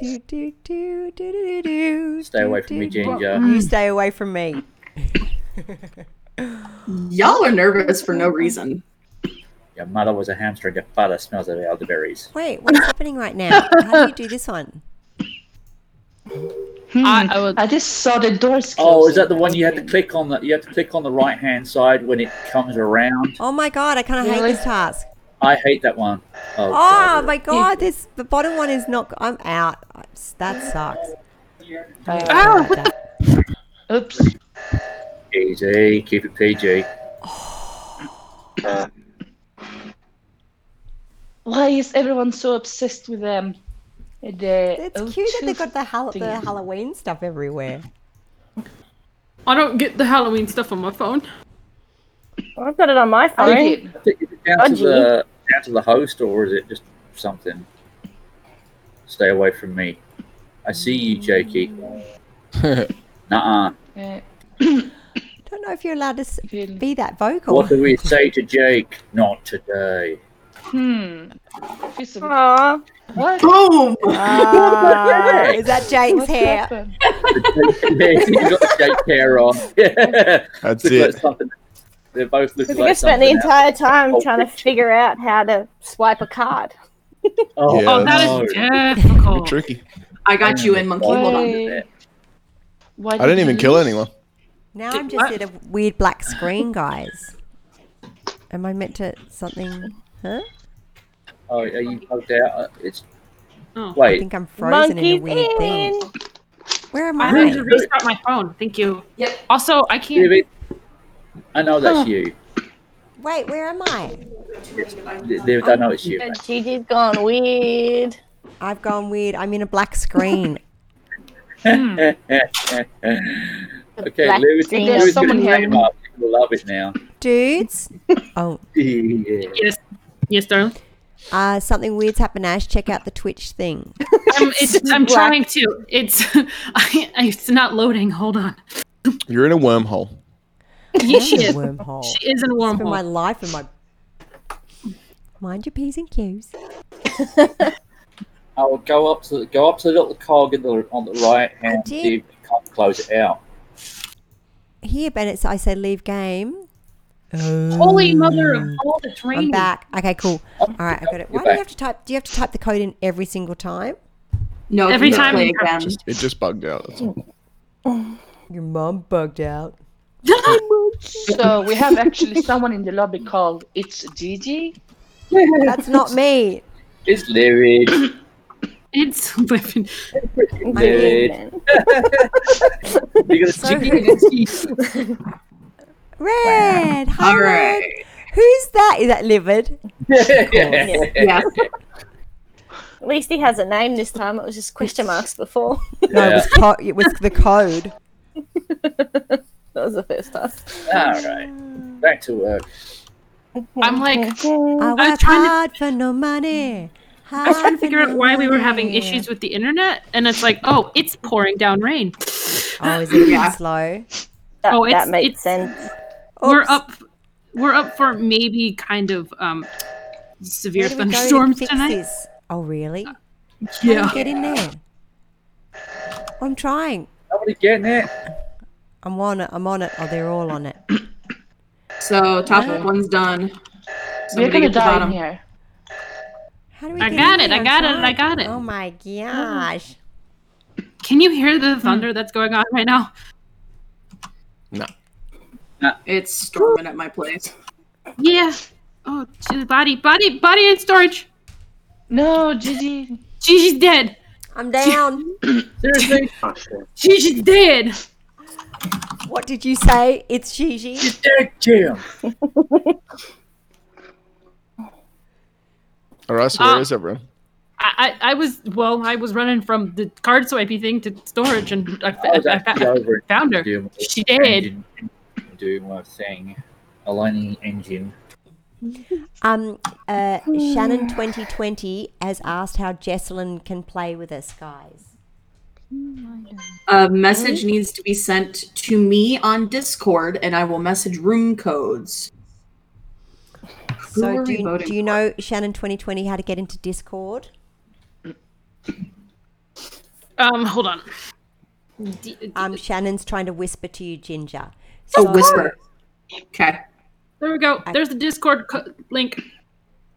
[SPEAKER 2] Do, do, do, do, do, do, do,
[SPEAKER 8] Stay
[SPEAKER 2] do,
[SPEAKER 8] away from me,
[SPEAKER 2] do.
[SPEAKER 8] Ginger.
[SPEAKER 2] You stay away from me.
[SPEAKER 5] Y'all are nervous for no reason.
[SPEAKER 8] Your mother was a hamster, and your father smells of elderberries.
[SPEAKER 2] Wait, what's happening right now? How do you do this one?
[SPEAKER 6] I, I would,
[SPEAKER 7] I just saw the doors close.
[SPEAKER 8] Oh, is that the one you had to click on? The, you have to click on the right hand side when it comes around.
[SPEAKER 2] Oh my god, I kind of hate
[SPEAKER 7] Really?
[SPEAKER 2] this task.
[SPEAKER 8] I hate that one. Oh,
[SPEAKER 2] Oh
[SPEAKER 8] God.
[SPEAKER 2] my god, this the bottom one is not. I'm out. That sucks. Don't
[SPEAKER 6] Ah.
[SPEAKER 2] like that.
[SPEAKER 7] Oops.
[SPEAKER 8] PG, keep it PG.
[SPEAKER 7] Why is everyone so obsessed with um, the.
[SPEAKER 2] It's
[SPEAKER 7] oh,
[SPEAKER 2] cute that they
[SPEAKER 7] tooth
[SPEAKER 2] got the, hal- the
[SPEAKER 7] thingy?
[SPEAKER 2] Halloween stuff everywhere.
[SPEAKER 6] I don't get the Halloween stuff on my phone.
[SPEAKER 9] Well, I've got it on my
[SPEAKER 7] I
[SPEAKER 9] phone.
[SPEAKER 7] did.
[SPEAKER 8] Is it down to
[SPEAKER 9] Dodgy.
[SPEAKER 8] the down to the host, or is it just something? Stay away from me. I see you, Jakey. Nuh-uh.
[SPEAKER 7] Uh,
[SPEAKER 2] Don't know if you're allowed to s-
[SPEAKER 7] Really?
[SPEAKER 2] be that vocal.
[SPEAKER 8] What do we say to Jake? Not today.
[SPEAKER 7] hmm. Piece of-
[SPEAKER 9] Aw.
[SPEAKER 7] What?
[SPEAKER 5] Boom!
[SPEAKER 2] Ah, is that Jake's
[SPEAKER 7] What
[SPEAKER 2] hair?
[SPEAKER 7] happened?
[SPEAKER 8] you got Jake hair on. Yeah.
[SPEAKER 3] That's
[SPEAKER 8] Look like
[SPEAKER 3] it.
[SPEAKER 8] something. They both look
[SPEAKER 9] I
[SPEAKER 8] like
[SPEAKER 9] think I spent the
[SPEAKER 8] something else.
[SPEAKER 9] entire time
[SPEAKER 8] Oh,
[SPEAKER 9] trying to
[SPEAKER 8] bitch.
[SPEAKER 9] figure out how to swipe a card.
[SPEAKER 8] Oh,
[SPEAKER 3] Yeah,
[SPEAKER 6] Oh, that
[SPEAKER 8] no.
[SPEAKER 6] is difficult.
[SPEAKER 3] Tricky.
[SPEAKER 5] I got you in, monkey. Hold on.
[SPEAKER 7] Why- why
[SPEAKER 3] I didn't
[SPEAKER 7] did
[SPEAKER 3] even
[SPEAKER 7] you
[SPEAKER 3] kill
[SPEAKER 7] lose?
[SPEAKER 3] anyone.
[SPEAKER 2] Now I'm
[SPEAKER 6] It-
[SPEAKER 2] just
[SPEAKER 6] what?
[SPEAKER 2] at a weird black screen, guys. Am I meant to something? Huh?
[SPEAKER 8] Oh, are you bugged out? Uh, It's
[SPEAKER 6] Oh.
[SPEAKER 2] I
[SPEAKER 8] wait.
[SPEAKER 2] think I'm frozen in a
[SPEAKER 9] Monkey's
[SPEAKER 2] weird thing.
[SPEAKER 9] in.
[SPEAKER 2] Where am
[SPEAKER 6] I need to
[SPEAKER 2] I?
[SPEAKER 6] restart my phone. Thank you. Yep. Also, I
[SPEAKER 8] Give
[SPEAKER 6] can't.
[SPEAKER 8] it. I know that's you.
[SPEAKER 2] Wait, where am I?
[SPEAKER 8] It's, they, I know it's you. mate.
[SPEAKER 9] Gigi's gone weird.
[SPEAKER 2] I've gone weird. I'm in a black screen.
[SPEAKER 6] Hmm.
[SPEAKER 8] okay,
[SPEAKER 9] black
[SPEAKER 8] Lou, it's
[SPEAKER 9] screen.
[SPEAKER 8] Lou is
[SPEAKER 7] Someone
[SPEAKER 8] going to
[SPEAKER 7] here.
[SPEAKER 8] name up. People love it now.
[SPEAKER 2] Dudes? Oh,
[SPEAKER 8] Yeah.
[SPEAKER 6] Yes. Yes, darling.
[SPEAKER 2] Uh, something weird's happened, Ash. Check out the Twitch thing.
[SPEAKER 6] I'm, it's, I'm trying to. It's I, I, it's not loading. Hold on.
[SPEAKER 3] You're in a wormhole.
[SPEAKER 6] Yeah, she
[SPEAKER 2] I'm in
[SPEAKER 6] is.
[SPEAKER 2] a wormhole.
[SPEAKER 6] She is in a
[SPEAKER 2] For my
[SPEAKER 6] wormhole.
[SPEAKER 2] life and my. Mind your P's and Q's.
[SPEAKER 8] I will go up to the, go up to the little cog in the, on the right hand.
[SPEAKER 2] did.
[SPEAKER 8] See if you can't close it out.
[SPEAKER 2] Here, Bennett, I say leave game.
[SPEAKER 6] Holy mother of all that's raining.
[SPEAKER 2] I'm back. Okay, cool. All right, I got it.
[SPEAKER 8] You're
[SPEAKER 2] Why do you
[SPEAKER 8] back.
[SPEAKER 2] have to type? Do you have to type the code in every single time?
[SPEAKER 5] No,
[SPEAKER 6] Every
[SPEAKER 5] you
[SPEAKER 6] time
[SPEAKER 5] play
[SPEAKER 6] you
[SPEAKER 5] again.
[SPEAKER 3] Just it just bugged out. That's all.
[SPEAKER 2] Your mum bugged out.
[SPEAKER 7] So we have actually someone in the lobby called It's Gigi.
[SPEAKER 2] That's not me.
[SPEAKER 8] It's lyric.
[SPEAKER 6] It's
[SPEAKER 8] lyric. You're gonna
[SPEAKER 2] So
[SPEAKER 8] jiggy and jiggy.
[SPEAKER 2] Red. Hi,
[SPEAKER 5] All
[SPEAKER 2] Red.
[SPEAKER 5] right.
[SPEAKER 2] Who's that? Is that Livid?
[SPEAKER 5] Yeah.
[SPEAKER 9] At least he has a name this time. It was just question marks before.
[SPEAKER 2] No, it
[SPEAKER 8] Yeah.
[SPEAKER 2] was, co- it was the code.
[SPEAKER 9] That was the first time.
[SPEAKER 8] All right, back to work.
[SPEAKER 6] I'm like
[SPEAKER 2] I
[SPEAKER 6] was
[SPEAKER 2] work
[SPEAKER 6] trying to-
[SPEAKER 2] hard for no money.
[SPEAKER 6] I was trying to figure out why we were having issues with the internet, and it's like, oh, it's pouring down rain.
[SPEAKER 2] Oh, is it
[SPEAKER 5] Yeah.
[SPEAKER 2] too slow?
[SPEAKER 9] That,
[SPEAKER 6] Oh, it's-
[SPEAKER 9] that makes
[SPEAKER 6] it's-
[SPEAKER 9] sense.
[SPEAKER 6] We're
[SPEAKER 2] Oops.
[SPEAKER 6] up. We're up for maybe kind of um, severe
[SPEAKER 2] Where do we go to
[SPEAKER 6] thunderstorms
[SPEAKER 2] fix
[SPEAKER 6] tonight. Uh,
[SPEAKER 2] this? Oh, really?
[SPEAKER 6] Yeah.
[SPEAKER 2] Get in there. I'm trying.
[SPEAKER 8] Nobody getting it?
[SPEAKER 2] I'm on it. I'm on it. Oh, they're all on it.
[SPEAKER 5] So top one's done.
[SPEAKER 7] We're
[SPEAKER 5] Somebody
[SPEAKER 7] gonna
[SPEAKER 5] get the
[SPEAKER 7] die in
[SPEAKER 5] bottom.
[SPEAKER 7] here.
[SPEAKER 2] How do we
[SPEAKER 6] I
[SPEAKER 2] get
[SPEAKER 6] got
[SPEAKER 2] in
[SPEAKER 6] it,
[SPEAKER 2] there?
[SPEAKER 6] I
[SPEAKER 2] I'm
[SPEAKER 6] got it, I
[SPEAKER 2] trying.
[SPEAKER 6] got it.
[SPEAKER 2] Oh my gosh.
[SPEAKER 6] Can you hear
[SPEAKER 2] Hmm.
[SPEAKER 6] the thunder that's going on right now?
[SPEAKER 3] No.
[SPEAKER 5] It's storming at my place.
[SPEAKER 6] Yeah. Oh, geez, body, body, body in storage.
[SPEAKER 7] No, Gigi.
[SPEAKER 6] Gigi's dead.
[SPEAKER 2] I'm down.
[SPEAKER 8] Seriously?
[SPEAKER 6] Gigi's dead.
[SPEAKER 2] what did you say? It's Gigi.
[SPEAKER 8] Dead Jim.
[SPEAKER 3] All right. So
[SPEAKER 6] Ah.
[SPEAKER 3] where is everyone?
[SPEAKER 6] I, I, I was well. I was running from the card swipey thing to storage, and I,
[SPEAKER 8] I was
[SPEAKER 6] I- I-
[SPEAKER 8] actually over it.
[SPEAKER 6] found her.
[SPEAKER 8] Doing my
[SPEAKER 6] She did.
[SPEAKER 8] engine- Doing my thing, aligning engine.
[SPEAKER 2] Um, uh, Shannon 2020 has asked how Jesselyn can play with us, guys.
[SPEAKER 5] A message needs to be sent to me on Discord, and I will message room codes. Who
[SPEAKER 2] So
[SPEAKER 5] are
[SPEAKER 2] do
[SPEAKER 5] we
[SPEAKER 2] you,
[SPEAKER 5] voting
[SPEAKER 2] do you know Shannon 2020 how to get into Discord?
[SPEAKER 6] Um, hold on. Uh, D-
[SPEAKER 2] Um, Shannon's trying to whisper to you, Ginger.
[SPEAKER 5] Oh,
[SPEAKER 2] So-
[SPEAKER 5] whisper. Okay.
[SPEAKER 6] There we go. There's the Discord co- link.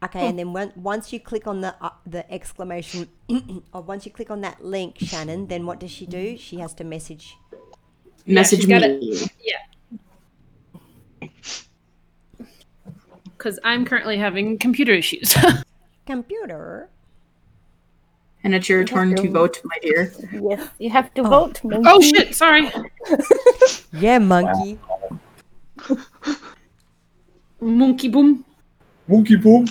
[SPEAKER 2] Okay, and then when, once you click on the uh, the exclamation, or once you click on that link, Shannon, then what does she do? She has to message.
[SPEAKER 5] Message
[SPEAKER 6] she's got
[SPEAKER 5] me.
[SPEAKER 6] because I'm currently having computer issues.
[SPEAKER 2] Computer.
[SPEAKER 5] And it's your turn to vote, my dear.
[SPEAKER 9] Yes, you have to vote. Monkey.
[SPEAKER 2] Mm.
[SPEAKER 6] oh shit! Sorry.
[SPEAKER 2] Yeah, monkey.
[SPEAKER 6] Monkey boom.
[SPEAKER 8] Monkey boom.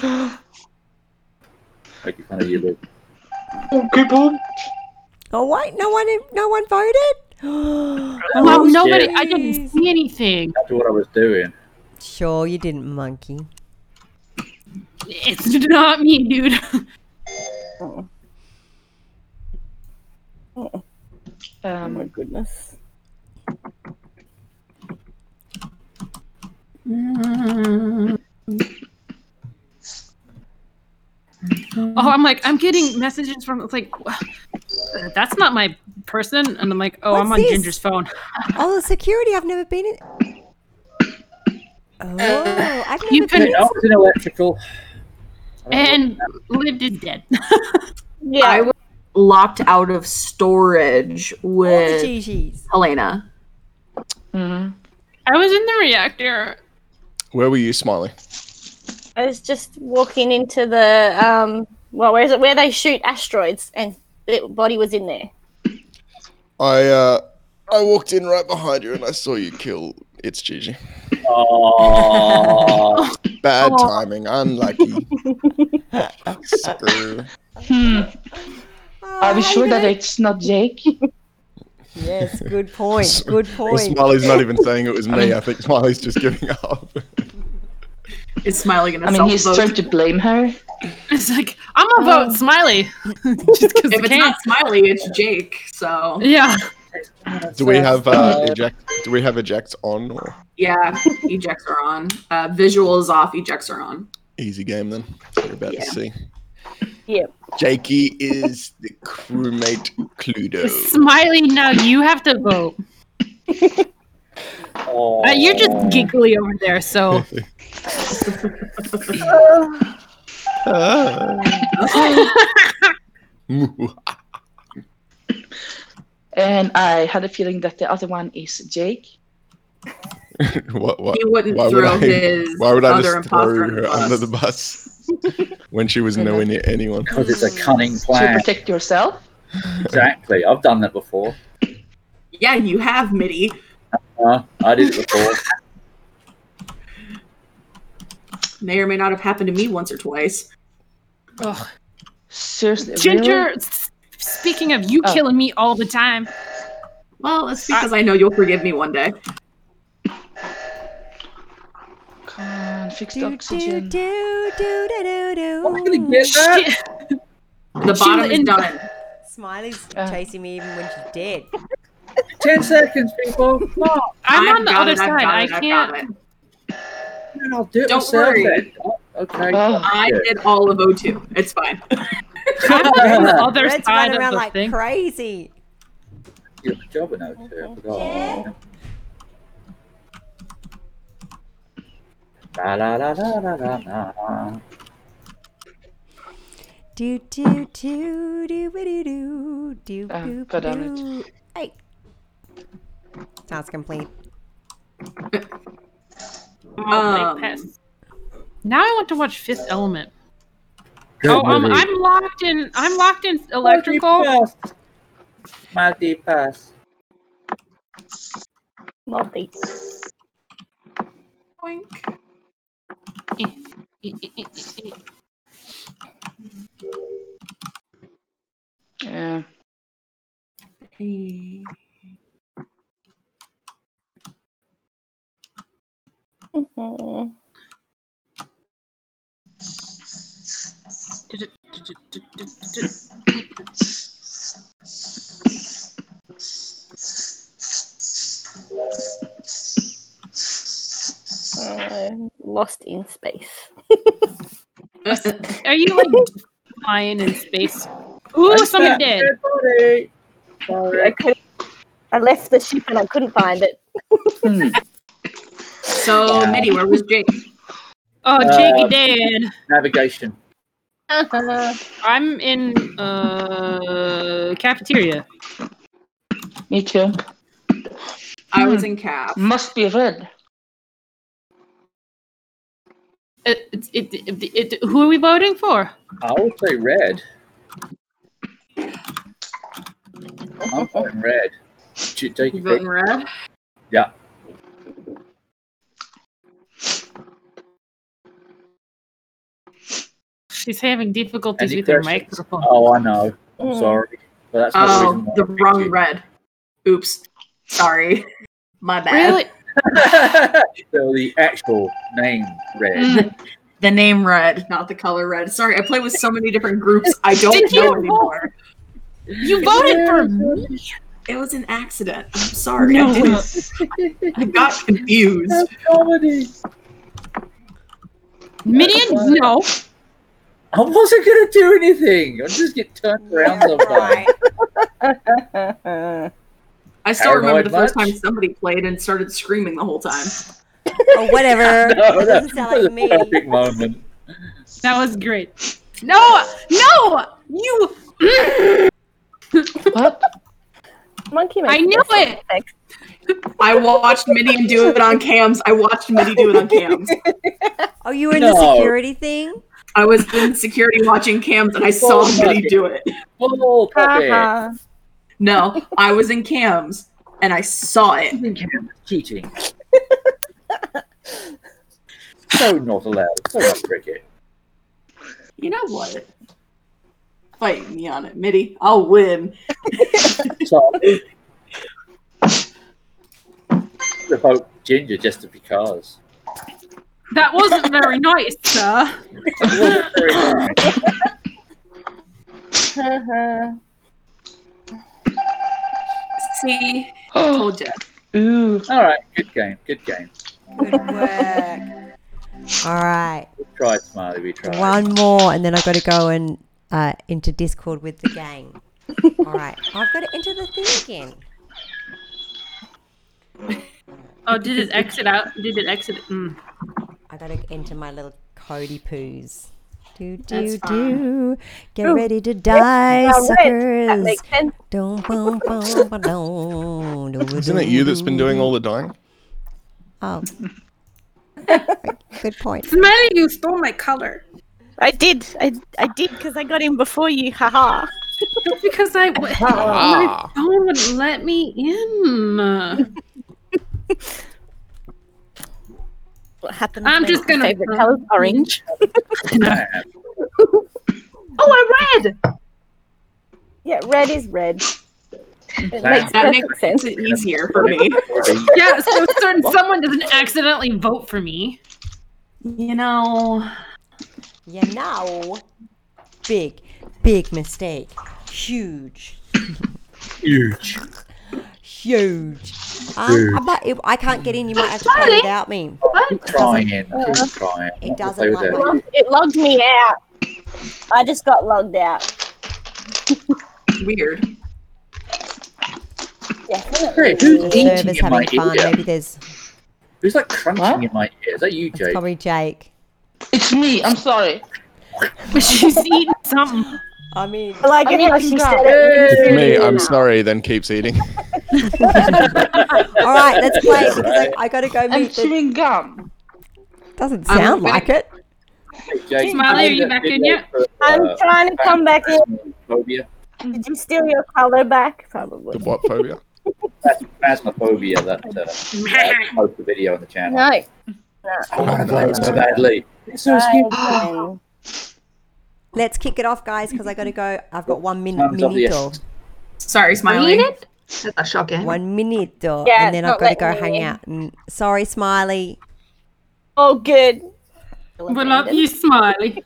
[SPEAKER 8] Making fun of you, Luke.
[SPEAKER 7] Okay, boom.
[SPEAKER 2] Oh wait, no one, no one voted.
[SPEAKER 6] Wow,
[SPEAKER 8] Oh,
[SPEAKER 6] nobody.
[SPEAKER 8] shit.
[SPEAKER 6] I didn't see anything.
[SPEAKER 8] After what I was doing.
[SPEAKER 2] sure, you didn't, monkey.
[SPEAKER 6] It's not me, dude.
[SPEAKER 7] Um,
[SPEAKER 9] goodness.
[SPEAKER 6] Oh, I'm like, I'm getting messages from it's like, wha- that's not my person, and I'm like, oh, I'm on
[SPEAKER 2] What's this?
[SPEAKER 6] Ginger's phone.
[SPEAKER 2] Oh, the security. I've never been in. Oh, I've never
[SPEAKER 6] You
[SPEAKER 2] been.
[SPEAKER 6] could
[SPEAKER 8] Hey, I was Uh, in electrical.
[SPEAKER 6] and lived is dead.
[SPEAKER 9] Yeah.
[SPEAKER 5] I was locked out of storage
[SPEAKER 2] All the
[SPEAKER 5] with
[SPEAKER 2] Gigi's.
[SPEAKER 5] Helena.
[SPEAKER 7] mhm.
[SPEAKER 6] I was in the reactor.
[SPEAKER 3] Where were you, Smiley?
[SPEAKER 9] I was just walking into the um. Well, where is it? Where they shoot asteroids, and the body was in there.
[SPEAKER 3] I uh, I walked in right behind you and I saw you kill. It's Gigi.
[SPEAKER 8] Oh,
[SPEAKER 3] Bad timing. Unlucky. Screw.
[SPEAKER 7] Hmm. Are we sure that it's not Jake?
[SPEAKER 2] Yes, good point. Good
[SPEAKER 3] Well,
[SPEAKER 2] point.
[SPEAKER 3] Smiley's not even saying it was me. I think Smiley's just giving up.
[SPEAKER 5] Is Smiley gonna
[SPEAKER 7] I mean, he's
[SPEAKER 5] self-vote?
[SPEAKER 7] trying to blame her.
[SPEAKER 6] It's like I'm gonna vote Smiley just because
[SPEAKER 5] Oh. If it's
[SPEAKER 6] can.
[SPEAKER 5] not Smiley, it's Jake. So
[SPEAKER 6] Yeah,
[SPEAKER 3] Do we have uh, eject? Do we have ejects on or
[SPEAKER 5] yeah, ejects are on. Uh, visual is off. Ejects are on.
[SPEAKER 3] easy game then? That's what We're about
[SPEAKER 5] Yeah.
[SPEAKER 3] to see.
[SPEAKER 9] Yep.
[SPEAKER 3] Jakey is the crewmate Cluedo.
[SPEAKER 6] Smiley. Now you have to vote. Uh, you're
[SPEAKER 8] Oh.
[SPEAKER 6] just giggly over there, so
[SPEAKER 7] And I had a feeling that the other one is Jake.
[SPEAKER 3] what? What?
[SPEAKER 5] He wouldn't
[SPEAKER 3] Why would
[SPEAKER 5] throw
[SPEAKER 3] I-
[SPEAKER 5] his
[SPEAKER 3] Why would I
[SPEAKER 5] other
[SPEAKER 3] just throw
[SPEAKER 5] imposter under
[SPEAKER 3] her
[SPEAKER 5] the bus.
[SPEAKER 3] under the bus when she was nowhere near anyone?
[SPEAKER 8] Because it's a cunning
[SPEAKER 7] To
[SPEAKER 8] plan.
[SPEAKER 7] protect yourself.
[SPEAKER 8] exactly. I've done that before.
[SPEAKER 5] Yeah, you have Mitty.
[SPEAKER 8] Uh, I did it before.
[SPEAKER 5] May or may not have happened to me once or twice.
[SPEAKER 6] Ugh.
[SPEAKER 7] Seriously.
[SPEAKER 6] Ginger.
[SPEAKER 7] really?
[SPEAKER 6] s- Speaking of you
[SPEAKER 7] Oh.
[SPEAKER 6] killing me all the time,
[SPEAKER 5] Well, it's because I, know you'll forgive me one day.
[SPEAKER 7] Come on, fixed
[SPEAKER 2] Do, do,
[SPEAKER 7] oxygen.
[SPEAKER 2] do, do, do, do,
[SPEAKER 8] Oh, I'm gonna
[SPEAKER 2] do.
[SPEAKER 8] get that.
[SPEAKER 6] shit.
[SPEAKER 5] The bottom is
[SPEAKER 6] in-
[SPEAKER 5] done.
[SPEAKER 2] Smiley's
[SPEAKER 7] Uh.
[SPEAKER 2] chasing me even when she's dead.
[SPEAKER 8] Ten seconds, people. Come on,
[SPEAKER 6] I'm
[SPEAKER 5] I've
[SPEAKER 6] on the
[SPEAKER 5] got
[SPEAKER 6] other
[SPEAKER 5] it, I've
[SPEAKER 6] side.
[SPEAKER 5] got
[SPEAKER 6] I
[SPEAKER 5] it, I've
[SPEAKER 6] can't.
[SPEAKER 5] got it.
[SPEAKER 8] I'll do it
[SPEAKER 5] Don't
[SPEAKER 8] myself.
[SPEAKER 5] worry.
[SPEAKER 8] then. Oh,
[SPEAKER 6] Uh-huh.
[SPEAKER 8] Okay.
[SPEAKER 7] Oh.
[SPEAKER 5] I
[SPEAKER 8] Yeah.
[SPEAKER 5] did all of O2. It's fine.
[SPEAKER 6] Oh, I'm on the other
[SPEAKER 2] Red's
[SPEAKER 6] side
[SPEAKER 2] running
[SPEAKER 6] of
[SPEAKER 2] around
[SPEAKER 6] the
[SPEAKER 2] like
[SPEAKER 6] thing.
[SPEAKER 2] crazy.
[SPEAKER 8] Good job in O2. I Oh, forgot. La, la, la, la, la, la, la.
[SPEAKER 2] Do do do do do do do
[SPEAKER 6] Uh,
[SPEAKER 7] Oh,
[SPEAKER 2] do
[SPEAKER 7] God damn it.
[SPEAKER 2] do. Hey, task complete.
[SPEAKER 6] I'll
[SPEAKER 5] Um,
[SPEAKER 6] play Pest. Now I want to watch Fifth Element.
[SPEAKER 8] Good
[SPEAKER 6] oh, um,
[SPEAKER 8] movie.
[SPEAKER 6] I'm locked in. I'm locked in electrical.
[SPEAKER 8] Multi-pass. Multi-pass.
[SPEAKER 9] Multi.
[SPEAKER 5] Boink.
[SPEAKER 7] Yeah.
[SPEAKER 9] Mhm. I'm lost in space.
[SPEAKER 6] Are you like flying in space? Ooh,
[SPEAKER 8] I
[SPEAKER 6] someone
[SPEAKER 8] found
[SPEAKER 6] did.
[SPEAKER 8] dead body.
[SPEAKER 9] I, couldn't- I left the ship and I couldn't find it.
[SPEAKER 5] So,
[SPEAKER 8] Yeah.
[SPEAKER 5] Mitty, where was Jake?
[SPEAKER 6] Oh,
[SPEAKER 8] Uh,
[SPEAKER 6] Jake did.
[SPEAKER 8] Navigation.
[SPEAKER 7] Oh.
[SPEAKER 6] I'm in uh cafeteria.
[SPEAKER 7] Me too.
[SPEAKER 5] I
[SPEAKER 6] Hmm.
[SPEAKER 5] was in cap.
[SPEAKER 7] Must be red.
[SPEAKER 6] It, Uh, it, it, it, it- who are we voting for?
[SPEAKER 8] I would say red. I'm voting red. J- Take
[SPEAKER 5] You
[SPEAKER 8] your
[SPEAKER 5] voting
[SPEAKER 8] pick.
[SPEAKER 5] red?
[SPEAKER 8] Yeah.
[SPEAKER 6] She's having difficulties
[SPEAKER 8] Any
[SPEAKER 6] with her
[SPEAKER 8] questions?
[SPEAKER 6] microphone.
[SPEAKER 8] Oh, I know. I'm
[SPEAKER 9] Mm.
[SPEAKER 8] sorry. But that's not the
[SPEAKER 5] Hmm. Oh,
[SPEAKER 8] reason why
[SPEAKER 5] the
[SPEAKER 8] I picked
[SPEAKER 5] wrong
[SPEAKER 8] you.
[SPEAKER 5] red. Oops. Sorry. My bad.
[SPEAKER 6] Really?
[SPEAKER 8] so the actual name red.
[SPEAKER 5] Hmm.
[SPEAKER 6] Mm.
[SPEAKER 5] The name red, not the color red. Sorry, I play with so many different groups. I don't
[SPEAKER 6] Did you
[SPEAKER 5] know
[SPEAKER 6] vote?
[SPEAKER 5] anymore.
[SPEAKER 6] You voted for me.
[SPEAKER 5] It was an accident. I'm sorry. I, didn't- I got confused.
[SPEAKER 8] comedy.
[SPEAKER 6] Midian? No.
[SPEAKER 8] I wasn't gonna do anything. I just get turned around sometimes.
[SPEAKER 2] Right.
[SPEAKER 5] I still remember
[SPEAKER 8] Paranoid
[SPEAKER 5] the first
[SPEAKER 8] much?
[SPEAKER 5] time somebody played and started screaming the whole time.
[SPEAKER 2] Or whatever.
[SPEAKER 8] No, no,
[SPEAKER 2] it
[SPEAKER 8] that
[SPEAKER 2] doesn't sound
[SPEAKER 8] was a
[SPEAKER 2] like me.
[SPEAKER 8] perfect moment.
[SPEAKER 6] That was great. No, no, you.
[SPEAKER 9] Monkey
[SPEAKER 6] I
[SPEAKER 9] makes
[SPEAKER 6] knew
[SPEAKER 9] no sound
[SPEAKER 6] it.
[SPEAKER 9] effects.
[SPEAKER 5] I watched Midian do it on cams. I watched Mitty do it on cams.
[SPEAKER 2] Oh, you were in
[SPEAKER 8] No.
[SPEAKER 2] the security thing.
[SPEAKER 5] I was in security watching cams and I saw
[SPEAKER 8] Oh,
[SPEAKER 5] Mitty
[SPEAKER 8] fuck.
[SPEAKER 5] do it.
[SPEAKER 8] Oh,
[SPEAKER 9] Ha
[SPEAKER 8] puppy.
[SPEAKER 9] ha.
[SPEAKER 5] No, I was in cams and I saw it.
[SPEAKER 8] Even camera's cheating. so not allowed. So not cricket.
[SPEAKER 5] You know what? Fight me on it, Mitty. I'll win.
[SPEAKER 8] So I'm gonna vote ginger just because.
[SPEAKER 6] That wasn't very nice, sir.
[SPEAKER 5] See,
[SPEAKER 8] Oh.
[SPEAKER 5] told you.
[SPEAKER 7] Ooh.
[SPEAKER 8] All right, good game, good game.
[SPEAKER 2] Good work. All right.
[SPEAKER 8] We tried, Smiley. We tried.
[SPEAKER 2] One more, and then I've got to go and uh, into Discord with the gang. All right. I've got to enter the thing again.
[SPEAKER 6] Oh, did it exit out? Did it exit? Mm.
[SPEAKER 2] I got to enter my little Cody poos. Do
[SPEAKER 6] That's
[SPEAKER 2] do do. Get ready to die,
[SPEAKER 9] All right, that
[SPEAKER 2] suckers.
[SPEAKER 9] makes sense.
[SPEAKER 2] Dum, bum, bum, ba, dum, do,
[SPEAKER 3] Isn't it
[SPEAKER 2] do,
[SPEAKER 3] you that's been
[SPEAKER 2] do.
[SPEAKER 3] doing all the dying?
[SPEAKER 2] Oh. Good point.
[SPEAKER 6] Smelly, you stole my color.
[SPEAKER 9] I did. I, I did because I got in before you. Haha.
[SPEAKER 6] That's because I w- my phone wouldn't let me in.
[SPEAKER 9] What happened?
[SPEAKER 6] I'm
[SPEAKER 9] when
[SPEAKER 6] just
[SPEAKER 9] my
[SPEAKER 6] gonna-
[SPEAKER 9] Favorite color orange.
[SPEAKER 8] Man,
[SPEAKER 6] Oh, I'm red.
[SPEAKER 9] Yeah, red is red. It
[SPEAKER 8] Wow.
[SPEAKER 9] makes
[SPEAKER 5] That
[SPEAKER 9] perfect
[SPEAKER 5] makes
[SPEAKER 9] sense.
[SPEAKER 5] it easier for me.
[SPEAKER 6] Yeah, so certain someone doesn't accidentally vote for me.
[SPEAKER 5] You know,
[SPEAKER 2] You know, big, big mistake. Huge,
[SPEAKER 8] huge.
[SPEAKER 2] huge. Um, I, might, if I can't get in, you might have to play without me.
[SPEAKER 8] I'm trying. I'm trying.
[SPEAKER 2] It doesn't
[SPEAKER 8] Play with
[SPEAKER 2] like
[SPEAKER 8] that.
[SPEAKER 2] my-
[SPEAKER 9] It logged me out. I just got logged out.
[SPEAKER 5] weird.
[SPEAKER 8] Hey,
[SPEAKER 9] Definitely.
[SPEAKER 8] who's
[SPEAKER 2] Server's
[SPEAKER 8] eating in my
[SPEAKER 2] having fun.
[SPEAKER 8] ear?
[SPEAKER 2] Maybe there's
[SPEAKER 8] Who's like crunching
[SPEAKER 7] What?
[SPEAKER 8] in my ear? Is that you,
[SPEAKER 2] it's
[SPEAKER 8] Jake?
[SPEAKER 2] probably Jake.
[SPEAKER 7] It's me. I'm sorry.
[SPEAKER 6] But she's eating something.
[SPEAKER 2] I mean,
[SPEAKER 9] I like
[SPEAKER 7] I
[SPEAKER 9] it
[SPEAKER 7] mean,
[SPEAKER 9] how
[SPEAKER 7] you
[SPEAKER 9] she
[SPEAKER 7] got-
[SPEAKER 9] said it.
[SPEAKER 3] It's me, I'm sorry, then keeps eating.
[SPEAKER 2] all right, let's play because I, I gotta go
[SPEAKER 7] I'm
[SPEAKER 2] meet. The,
[SPEAKER 7] chewing gum.
[SPEAKER 2] doesn't
[SPEAKER 5] I'm
[SPEAKER 2] sound like
[SPEAKER 5] back.
[SPEAKER 2] it.
[SPEAKER 8] Hey, Jake,
[SPEAKER 6] Smiley, are you
[SPEAKER 8] that
[SPEAKER 6] back in
[SPEAKER 8] video
[SPEAKER 6] yet?
[SPEAKER 8] for,
[SPEAKER 9] I'm
[SPEAKER 8] uh,
[SPEAKER 9] trying to come back in.
[SPEAKER 8] Phobia.
[SPEAKER 9] Did you steal your color back?
[SPEAKER 3] The
[SPEAKER 9] Probably.
[SPEAKER 3] what phobia?
[SPEAKER 8] Phasmophobia. That uh, uh, post the video on the channel.
[SPEAKER 9] No.
[SPEAKER 8] Oh, I love it so badly. It's
[SPEAKER 9] Oh,
[SPEAKER 8] so scary.
[SPEAKER 9] Fine.
[SPEAKER 2] Let's kick it off, guys, because I gotta go. I've got one min-
[SPEAKER 8] Time's up, yes.
[SPEAKER 2] minute.
[SPEAKER 5] Sorry, smiling.
[SPEAKER 4] That's shocking.
[SPEAKER 2] One minute, uh,
[SPEAKER 9] Yeah,
[SPEAKER 2] and then
[SPEAKER 9] it's
[SPEAKER 2] I've
[SPEAKER 9] not
[SPEAKER 2] gotta
[SPEAKER 9] letting
[SPEAKER 2] go hang
[SPEAKER 9] me in.
[SPEAKER 2] out. And, sorry, Smiley.
[SPEAKER 9] Oh, good.
[SPEAKER 6] We love you, Smiley.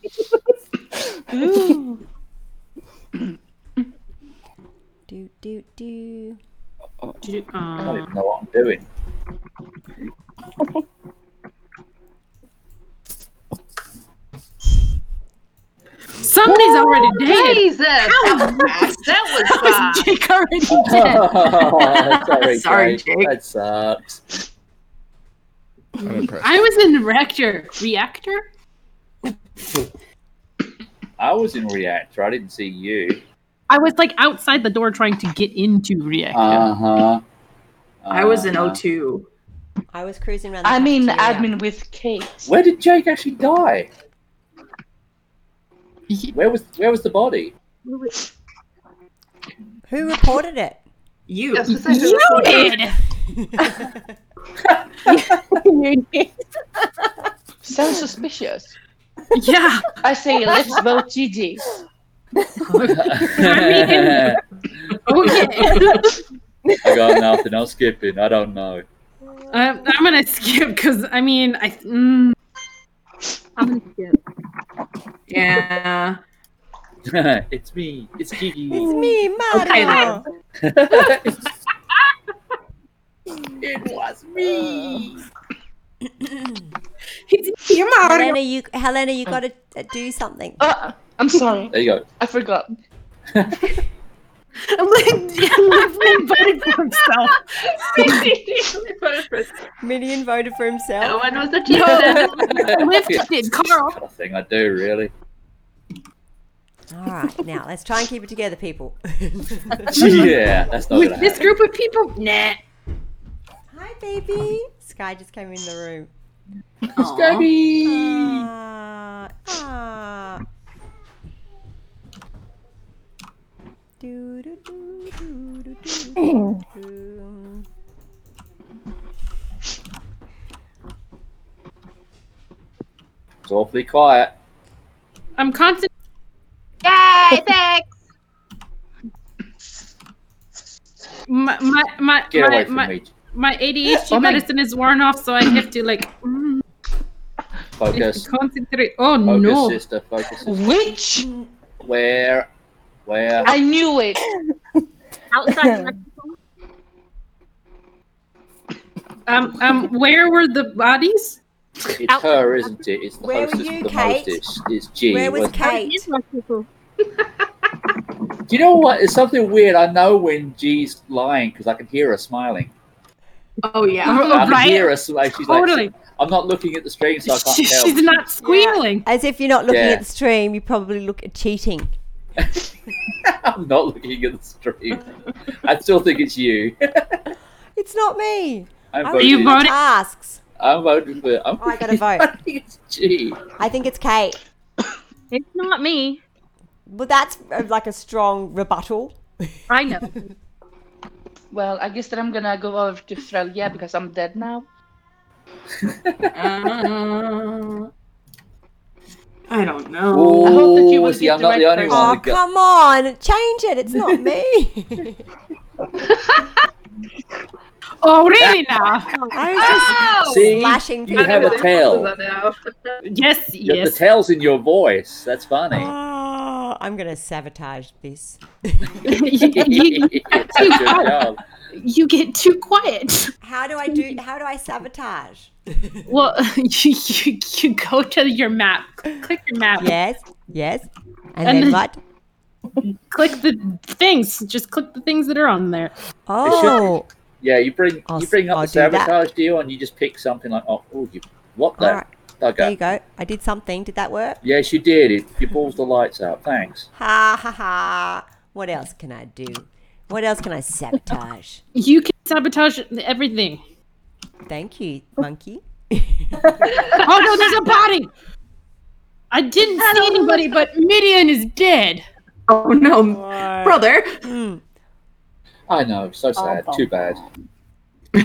[SPEAKER 2] Do do do.
[SPEAKER 8] I don't
[SPEAKER 6] Aw.
[SPEAKER 8] even know what I'm doing.
[SPEAKER 6] Somebody's already dated.
[SPEAKER 4] Jesus! That was uh, fast.
[SPEAKER 6] Jake already
[SPEAKER 8] sorry,
[SPEAKER 5] Sorry,
[SPEAKER 8] Jake.
[SPEAKER 5] Jake.
[SPEAKER 8] That sucks.
[SPEAKER 3] I'm impressed.
[SPEAKER 6] I was in reactor. Reactor?
[SPEAKER 8] I was in Reactor. I didn't see you.
[SPEAKER 6] I was like outside the door trying to get into reactor.
[SPEAKER 8] Uh huh.
[SPEAKER 5] I was in O2.
[SPEAKER 2] I was cruising around. The
[SPEAKER 7] I'm in
[SPEAKER 2] cafeteria.
[SPEAKER 7] admin with Kate.
[SPEAKER 8] Uh, Where did Jake actually die?
[SPEAKER 6] He-
[SPEAKER 8] Where was where was the body?
[SPEAKER 2] Who reported it?
[SPEAKER 5] You.
[SPEAKER 4] That's precisely
[SPEAKER 6] you
[SPEAKER 4] what I thought.
[SPEAKER 6] did.
[SPEAKER 9] You did.
[SPEAKER 7] Sounds suspicious.
[SPEAKER 6] Yeah.
[SPEAKER 7] I say, let's vote Gigi.
[SPEAKER 8] I
[SPEAKER 6] Oh, Okay.
[SPEAKER 8] got nothing. I'm skipping. I don't know.
[SPEAKER 6] I'm, Uh, I'm gonna skip because I mean I. th- Mm, I'm gonna skip.
[SPEAKER 5] Yeah.
[SPEAKER 8] it's me. It's Gigi.
[SPEAKER 2] It's me,
[SPEAKER 5] Okay,
[SPEAKER 2] Mario.
[SPEAKER 8] it was me.
[SPEAKER 2] Helena, you Helena, you got to do something.
[SPEAKER 7] Uh, I'm sorry.
[SPEAKER 8] There you go.
[SPEAKER 7] I forgot.
[SPEAKER 6] Literally voted for himself.
[SPEAKER 2] Minion voted for
[SPEAKER 4] No
[SPEAKER 2] himself.
[SPEAKER 4] one was a teacher.
[SPEAKER 6] Lyft did, Carl.
[SPEAKER 8] Kind of thing I do really.
[SPEAKER 2] All right, now let's try and keep it together, people.
[SPEAKER 8] Yeah, that's not
[SPEAKER 6] With
[SPEAKER 8] gonna
[SPEAKER 6] this
[SPEAKER 8] happen.
[SPEAKER 6] group of people, nah.
[SPEAKER 2] Hi, baby. Sky just came in the room. Ah, ah. Do, do, do, do, do, do, do, do.
[SPEAKER 8] It's awfully quiet.
[SPEAKER 6] I'm constant.
[SPEAKER 4] Yay, thanks.
[SPEAKER 6] My my my
[SPEAKER 8] Get
[SPEAKER 6] my,
[SPEAKER 8] away from
[SPEAKER 6] my,
[SPEAKER 8] me.
[SPEAKER 6] my ADHD
[SPEAKER 7] Oh my-
[SPEAKER 6] medicine is worn off, so I have to like. mm.
[SPEAKER 8] Focus.
[SPEAKER 6] Concentrate. Oh
[SPEAKER 8] Focus,
[SPEAKER 6] no.
[SPEAKER 8] sister. Focus. Sister.
[SPEAKER 7] Which?
[SPEAKER 8] Where? Where?
[SPEAKER 7] I knew it.
[SPEAKER 9] Outside my
[SPEAKER 6] Um, um, where were the bodies?
[SPEAKER 8] It's
[SPEAKER 9] Out-
[SPEAKER 8] her, isn't it? It's the
[SPEAKER 2] Where were
[SPEAKER 8] hostess
[SPEAKER 2] you,
[SPEAKER 8] with the
[SPEAKER 2] Kate?
[SPEAKER 8] most. It's, it's G.
[SPEAKER 2] Where was
[SPEAKER 8] wasn't it?
[SPEAKER 2] Kate?
[SPEAKER 9] people.
[SPEAKER 8] Do you know what? It's something weird. I know when G's lying because I can hear her smiling.
[SPEAKER 5] Oh yeah.
[SPEAKER 8] I can
[SPEAKER 6] Oh, right.
[SPEAKER 8] hear her smiling. She's
[SPEAKER 6] Totally.
[SPEAKER 8] like, I'm not looking at the stream, so I can't
[SPEAKER 6] She-
[SPEAKER 8] tell.
[SPEAKER 6] she's not squealing.
[SPEAKER 2] As if you're not looking
[SPEAKER 8] Yeah.
[SPEAKER 2] at the stream, you probably look at cheating.
[SPEAKER 8] I'm not looking at the stream. I still think it's you.
[SPEAKER 2] It's not me.
[SPEAKER 8] I'm
[SPEAKER 2] I
[SPEAKER 8] voting.
[SPEAKER 6] You voted?
[SPEAKER 9] Uh,
[SPEAKER 2] Tasks.
[SPEAKER 8] I'm voting for. I'm
[SPEAKER 2] Oh, I gotta vote.
[SPEAKER 8] I think it's G.
[SPEAKER 2] I think it's Kate.
[SPEAKER 9] It's not me.
[SPEAKER 2] Well, that's uh, like a strong rebuttal.
[SPEAKER 9] I know.
[SPEAKER 7] Well, I guess that I'm gonna go over to Frelia because I'm dead now.
[SPEAKER 5] Uh, I don't know.
[SPEAKER 7] I hope that you
[SPEAKER 8] Oh,
[SPEAKER 7] will
[SPEAKER 8] see,
[SPEAKER 7] get
[SPEAKER 8] I'm
[SPEAKER 7] the
[SPEAKER 8] not the
[SPEAKER 7] right
[SPEAKER 8] only
[SPEAKER 7] person.
[SPEAKER 2] Oh,
[SPEAKER 8] one. that got-
[SPEAKER 2] come on. Change it. It's not me.
[SPEAKER 6] Oh, really now?
[SPEAKER 2] I was just
[SPEAKER 4] Oh!
[SPEAKER 8] See,
[SPEAKER 2] slashing
[SPEAKER 8] you have
[SPEAKER 2] people.
[SPEAKER 8] a tail.
[SPEAKER 6] Yes,
[SPEAKER 8] You have
[SPEAKER 6] yes.
[SPEAKER 8] the tail's in your voice. That's funny.
[SPEAKER 2] Oh, I'm going to sabotage this.
[SPEAKER 5] you,
[SPEAKER 8] Good job.
[SPEAKER 5] you get too quiet.
[SPEAKER 2] How do I do? How do I sabotage?
[SPEAKER 6] Well, you, you, you go to your map. Click your map.
[SPEAKER 2] Yes, yes. And,
[SPEAKER 6] And
[SPEAKER 2] then
[SPEAKER 6] then-
[SPEAKER 2] what?
[SPEAKER 6] Click the things. Just click the things that are on there.
[SPEAKER 2] Oh,
[SPEAKER 8] Yeah, you bring
[SPEAKER 2] I'll
[SPEAKER 8] you
[SPEAKER 2] s-
[SPEAKER 8] bring up
[SPEAKER 2] I'll
[SPEAKER 8] the
[SPEAKER 2] do that.
[SPEAKER 8] sabotage deal, and you just pick something like, oh, oh you, what the
[SPEAKER 2] all right. There you
[SPEAKER 8] bugger?
[SPEAKER 2] go. I did something. Did that work?
[SPEAKER 8] Yes, you did. It, you balls the lights out. Thanks.
[SPEAKER 2] Ha ha ha. What else can I do? What else can I sabotage?
[SPEAKER 6] You can sabotage everything.
[SPEAKER 2] Thank you, monkey.
[SPEAKER 6] Oh no, there's a body. I didn't see anybody, but Midian is dead.
[SPEAKER 5] Oh no, brother.
[SPEAKER 8] I know. So sad. Too bad.
[SPEAKER 5] Uh,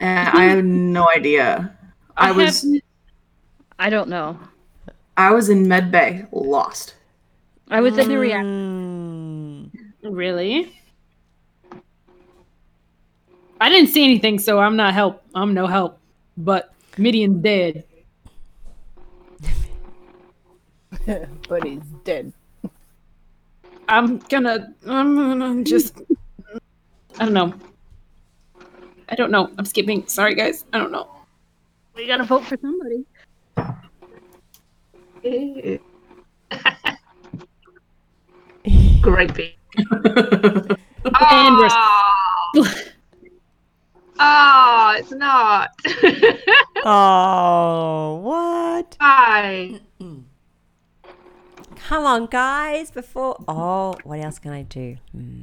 [SPEAKER 5] I have no idea. I
[SPEAKER 6] have-
[SPEAKER 5] was
[SPEAKER 10] I don't know.
[SPEAKER 5] I was in med bay, lost.
[SPEAKER 10] I was in the react.
[SPEAKER 2] Mm.
[SPEAKER 6] really. I didn't see anything, so I'm not help. I'm no help. But Midian's dead.
[SPEAKER 10] but he's dead.
[SPEAKER 6] I'm gonna. I'm gonna just. I don't know. I don't know. I'm skipping. Sorry, guys. I don't know.
[SPEAKER 10] We gotta vote for somebody.
[SPEAKER 4] Creepy.
[SPEAKER 6] And we're-
[SPEAKER 4] Oh, it's not.
[SPEAKER 2] Oh, what?
[SPEAKER 4] Why?
[SPEAKER 2] Come on, guys. Before. Oh, what else can I do? Hmm.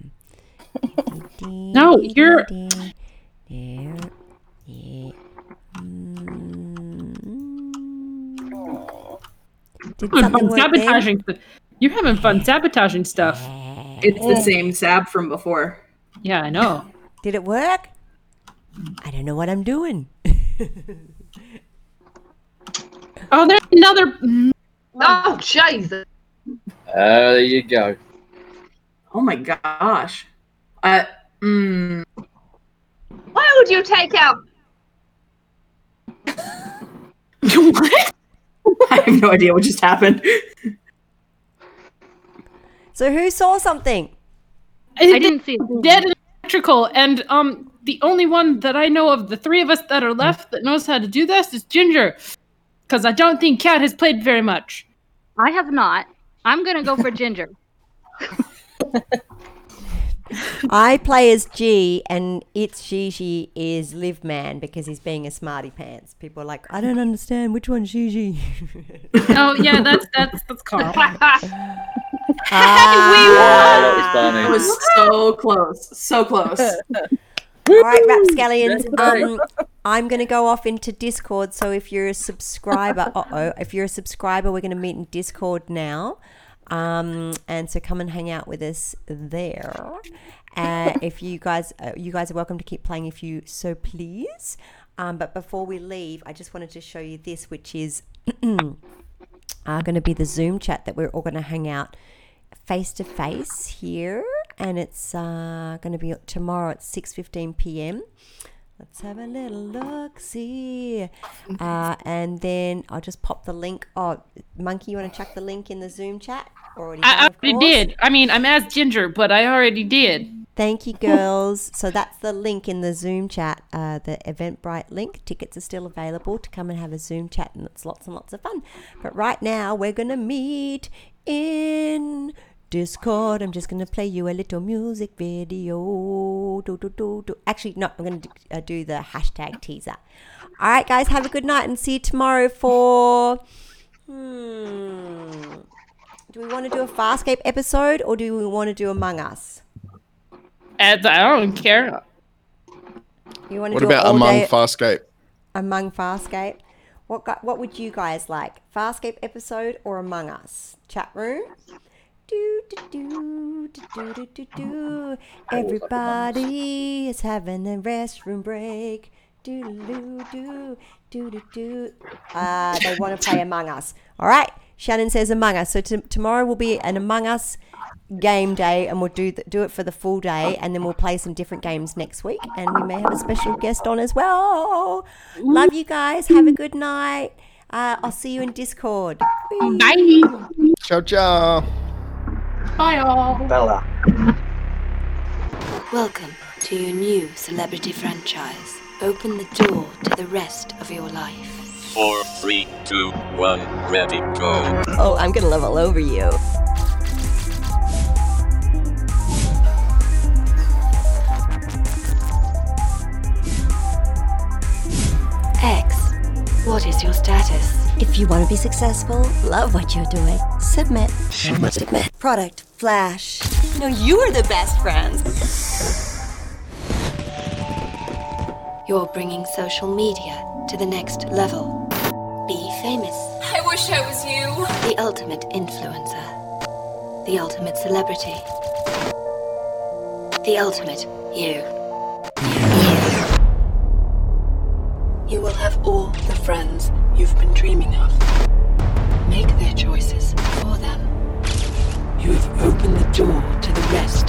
[SPEAKER 6] No, you're-
[SPEAKER 2] Yeah, yeah. Mm. Mm-hmm. Did
[SPEAKER 6] I'm
[SPEAKER 2] something
[SPEAKER 6] having fun
[SPEAKER 2] work there?
[SPEAKER 6] sabotaging. th- You're having fun sabotaging stuff.
[SPEAKER 5] It's the same sab from before.
[SPEAKER 6] Yeah, I know.
[SPEAKER 2] Did it work? I don't know what I'm doing.
[SPEAKER 6] Oh, there's another.
[SPEAKER 4] Oh, Jesus.
[SPEAKER 8] Oh, there you go.
[SPEAKER 5] Oh my gosh. I mm,
[SPEAKER 4] Why would you take out?
[SPEAKER 5] what? I have no idea what just happened.
[SPEAKER 2] So who saw something?
[SPEAKER 10] I didn't see it.
[SPEAKER 6] dead and electrical and um the only one that i know of the three of us that are left that knows how to do this is ginger because i don't think cat has played very much
[SPEAKER 10] I have not. I'm gonna go for Ginger.
[SPEAKER 2] I play as G, and it's Gigi is Live Man because he's being a smarty pants. People are like, I don't understand which one's Gigi.
[SPEAKER 6] oh yeah that's that's that's carl
[SPEAKER 2] ah,
[SPEAKER 8] Oh, that
[SPEAKER 5] It
[SPEAKER 8] was funny.
[SPEAKER 5] was so close. So close.
[SPEAKER 2] all right, rapscallions.
[SPEAKER 8] Yay.
[SPEAKER 2] Um, I'm going to go off into Discord. So if you're a subscriber, uh oh, if you're a subscriber, we're going to meet in Discord now. Um, and so come and hang out with us there. Uh, if you guys, uh, you guys are welcome to keep playing if you so please. Um, but before we leave, I just wanted to show you this, which is are going to be the Zoom chat that we're all going to hang out face to face here, and it's uh, going to be tomorrow at six fifteen p.m. Let's have a little look, see. Uh, and then I'll just pop the link. Oh, Monkey, you want to chuck the link in the Zoom chat? Already
[SPEAKER 6] I
[SPEAKER 2] done, of
[SPEAKER 6] already
[SPEAKER 2] course.
[SPEAKER 6] did. I mean, I'm as Ginger, but I already did.
[SPEAKER 2] Thank you, girls. so that's the link in the Zoom chat, uh, the Eventbrite link. Tickets are still available to come and have a Zoom chat, and it's lots and lots of fun. But right now, we're going to meet in Discord. I'm just going to play you a little music video. Do, do, do, do. Actually, no, I'm going to uh, do the hashtag teaser. All right, guys, have a good night and see you tomorrow for. Hmm. Do we want to do a Farscape episode or do we want to do Among Us?
[SPEAKER 6] As I don't care.
[SPEAKER 2] You want to
[SPEAKER 3] What
[SPEAKER 2] do
[SPEAKER 3] about
[SPEAKER 2] it all
[SPEAKER 3] among
[SPEAKER 2] day-
[SPEAKER 3] Farscape?
[SPEAKER 2] among Farscape? What gu- what would you guys like? Farscape episode or Among Us chat room? Do do do do do do do do. Everybody is having a restroom break. Do do do do do do. Uh, they want to play Among Us. All right. Shannon says Among Us. So t- tomorrow will be an Among Us game day, and we'll do th- do it for the full day, and then we'll play some different games next week, and we may have a special guest on as well. Love you guys. Have a good night. Uh, I'll see you in Discord.
[SPEAKER 6] Bye.
[SPEAKER 3] Ciao, ciao.
[SPEAKER 6] Bye all.
[SPEAKER 11] Bella.
[SPEAKER 12] Welcome to your new celebrity franchise. Open the door to the rest of your life.
[SPEAKER 11] Four, three, two, one, ready, go.
[SPEAKER 2] Oh, I'm gonna level over you.
[SPEAKER 12] X, what is your status?
[SPEAKER 13] If you want to be successful, love what you're doing. Submit.
[SPEAKER 12] Submit. Submit.
[SPEAKER 13] Product flash. No, you are the best friends.
[SPEAKER 12] You're bringing social media to the next level. Be famous.
[SPEAKER 14] I wish I was you.
[SPEAKER 12] The ultimate influencer. The ultimate celebrity. The ultimate you. You will have all the friends you've been dreaming of. Make their choices for them.
[SPEAKER 11] You have opened the door to the rest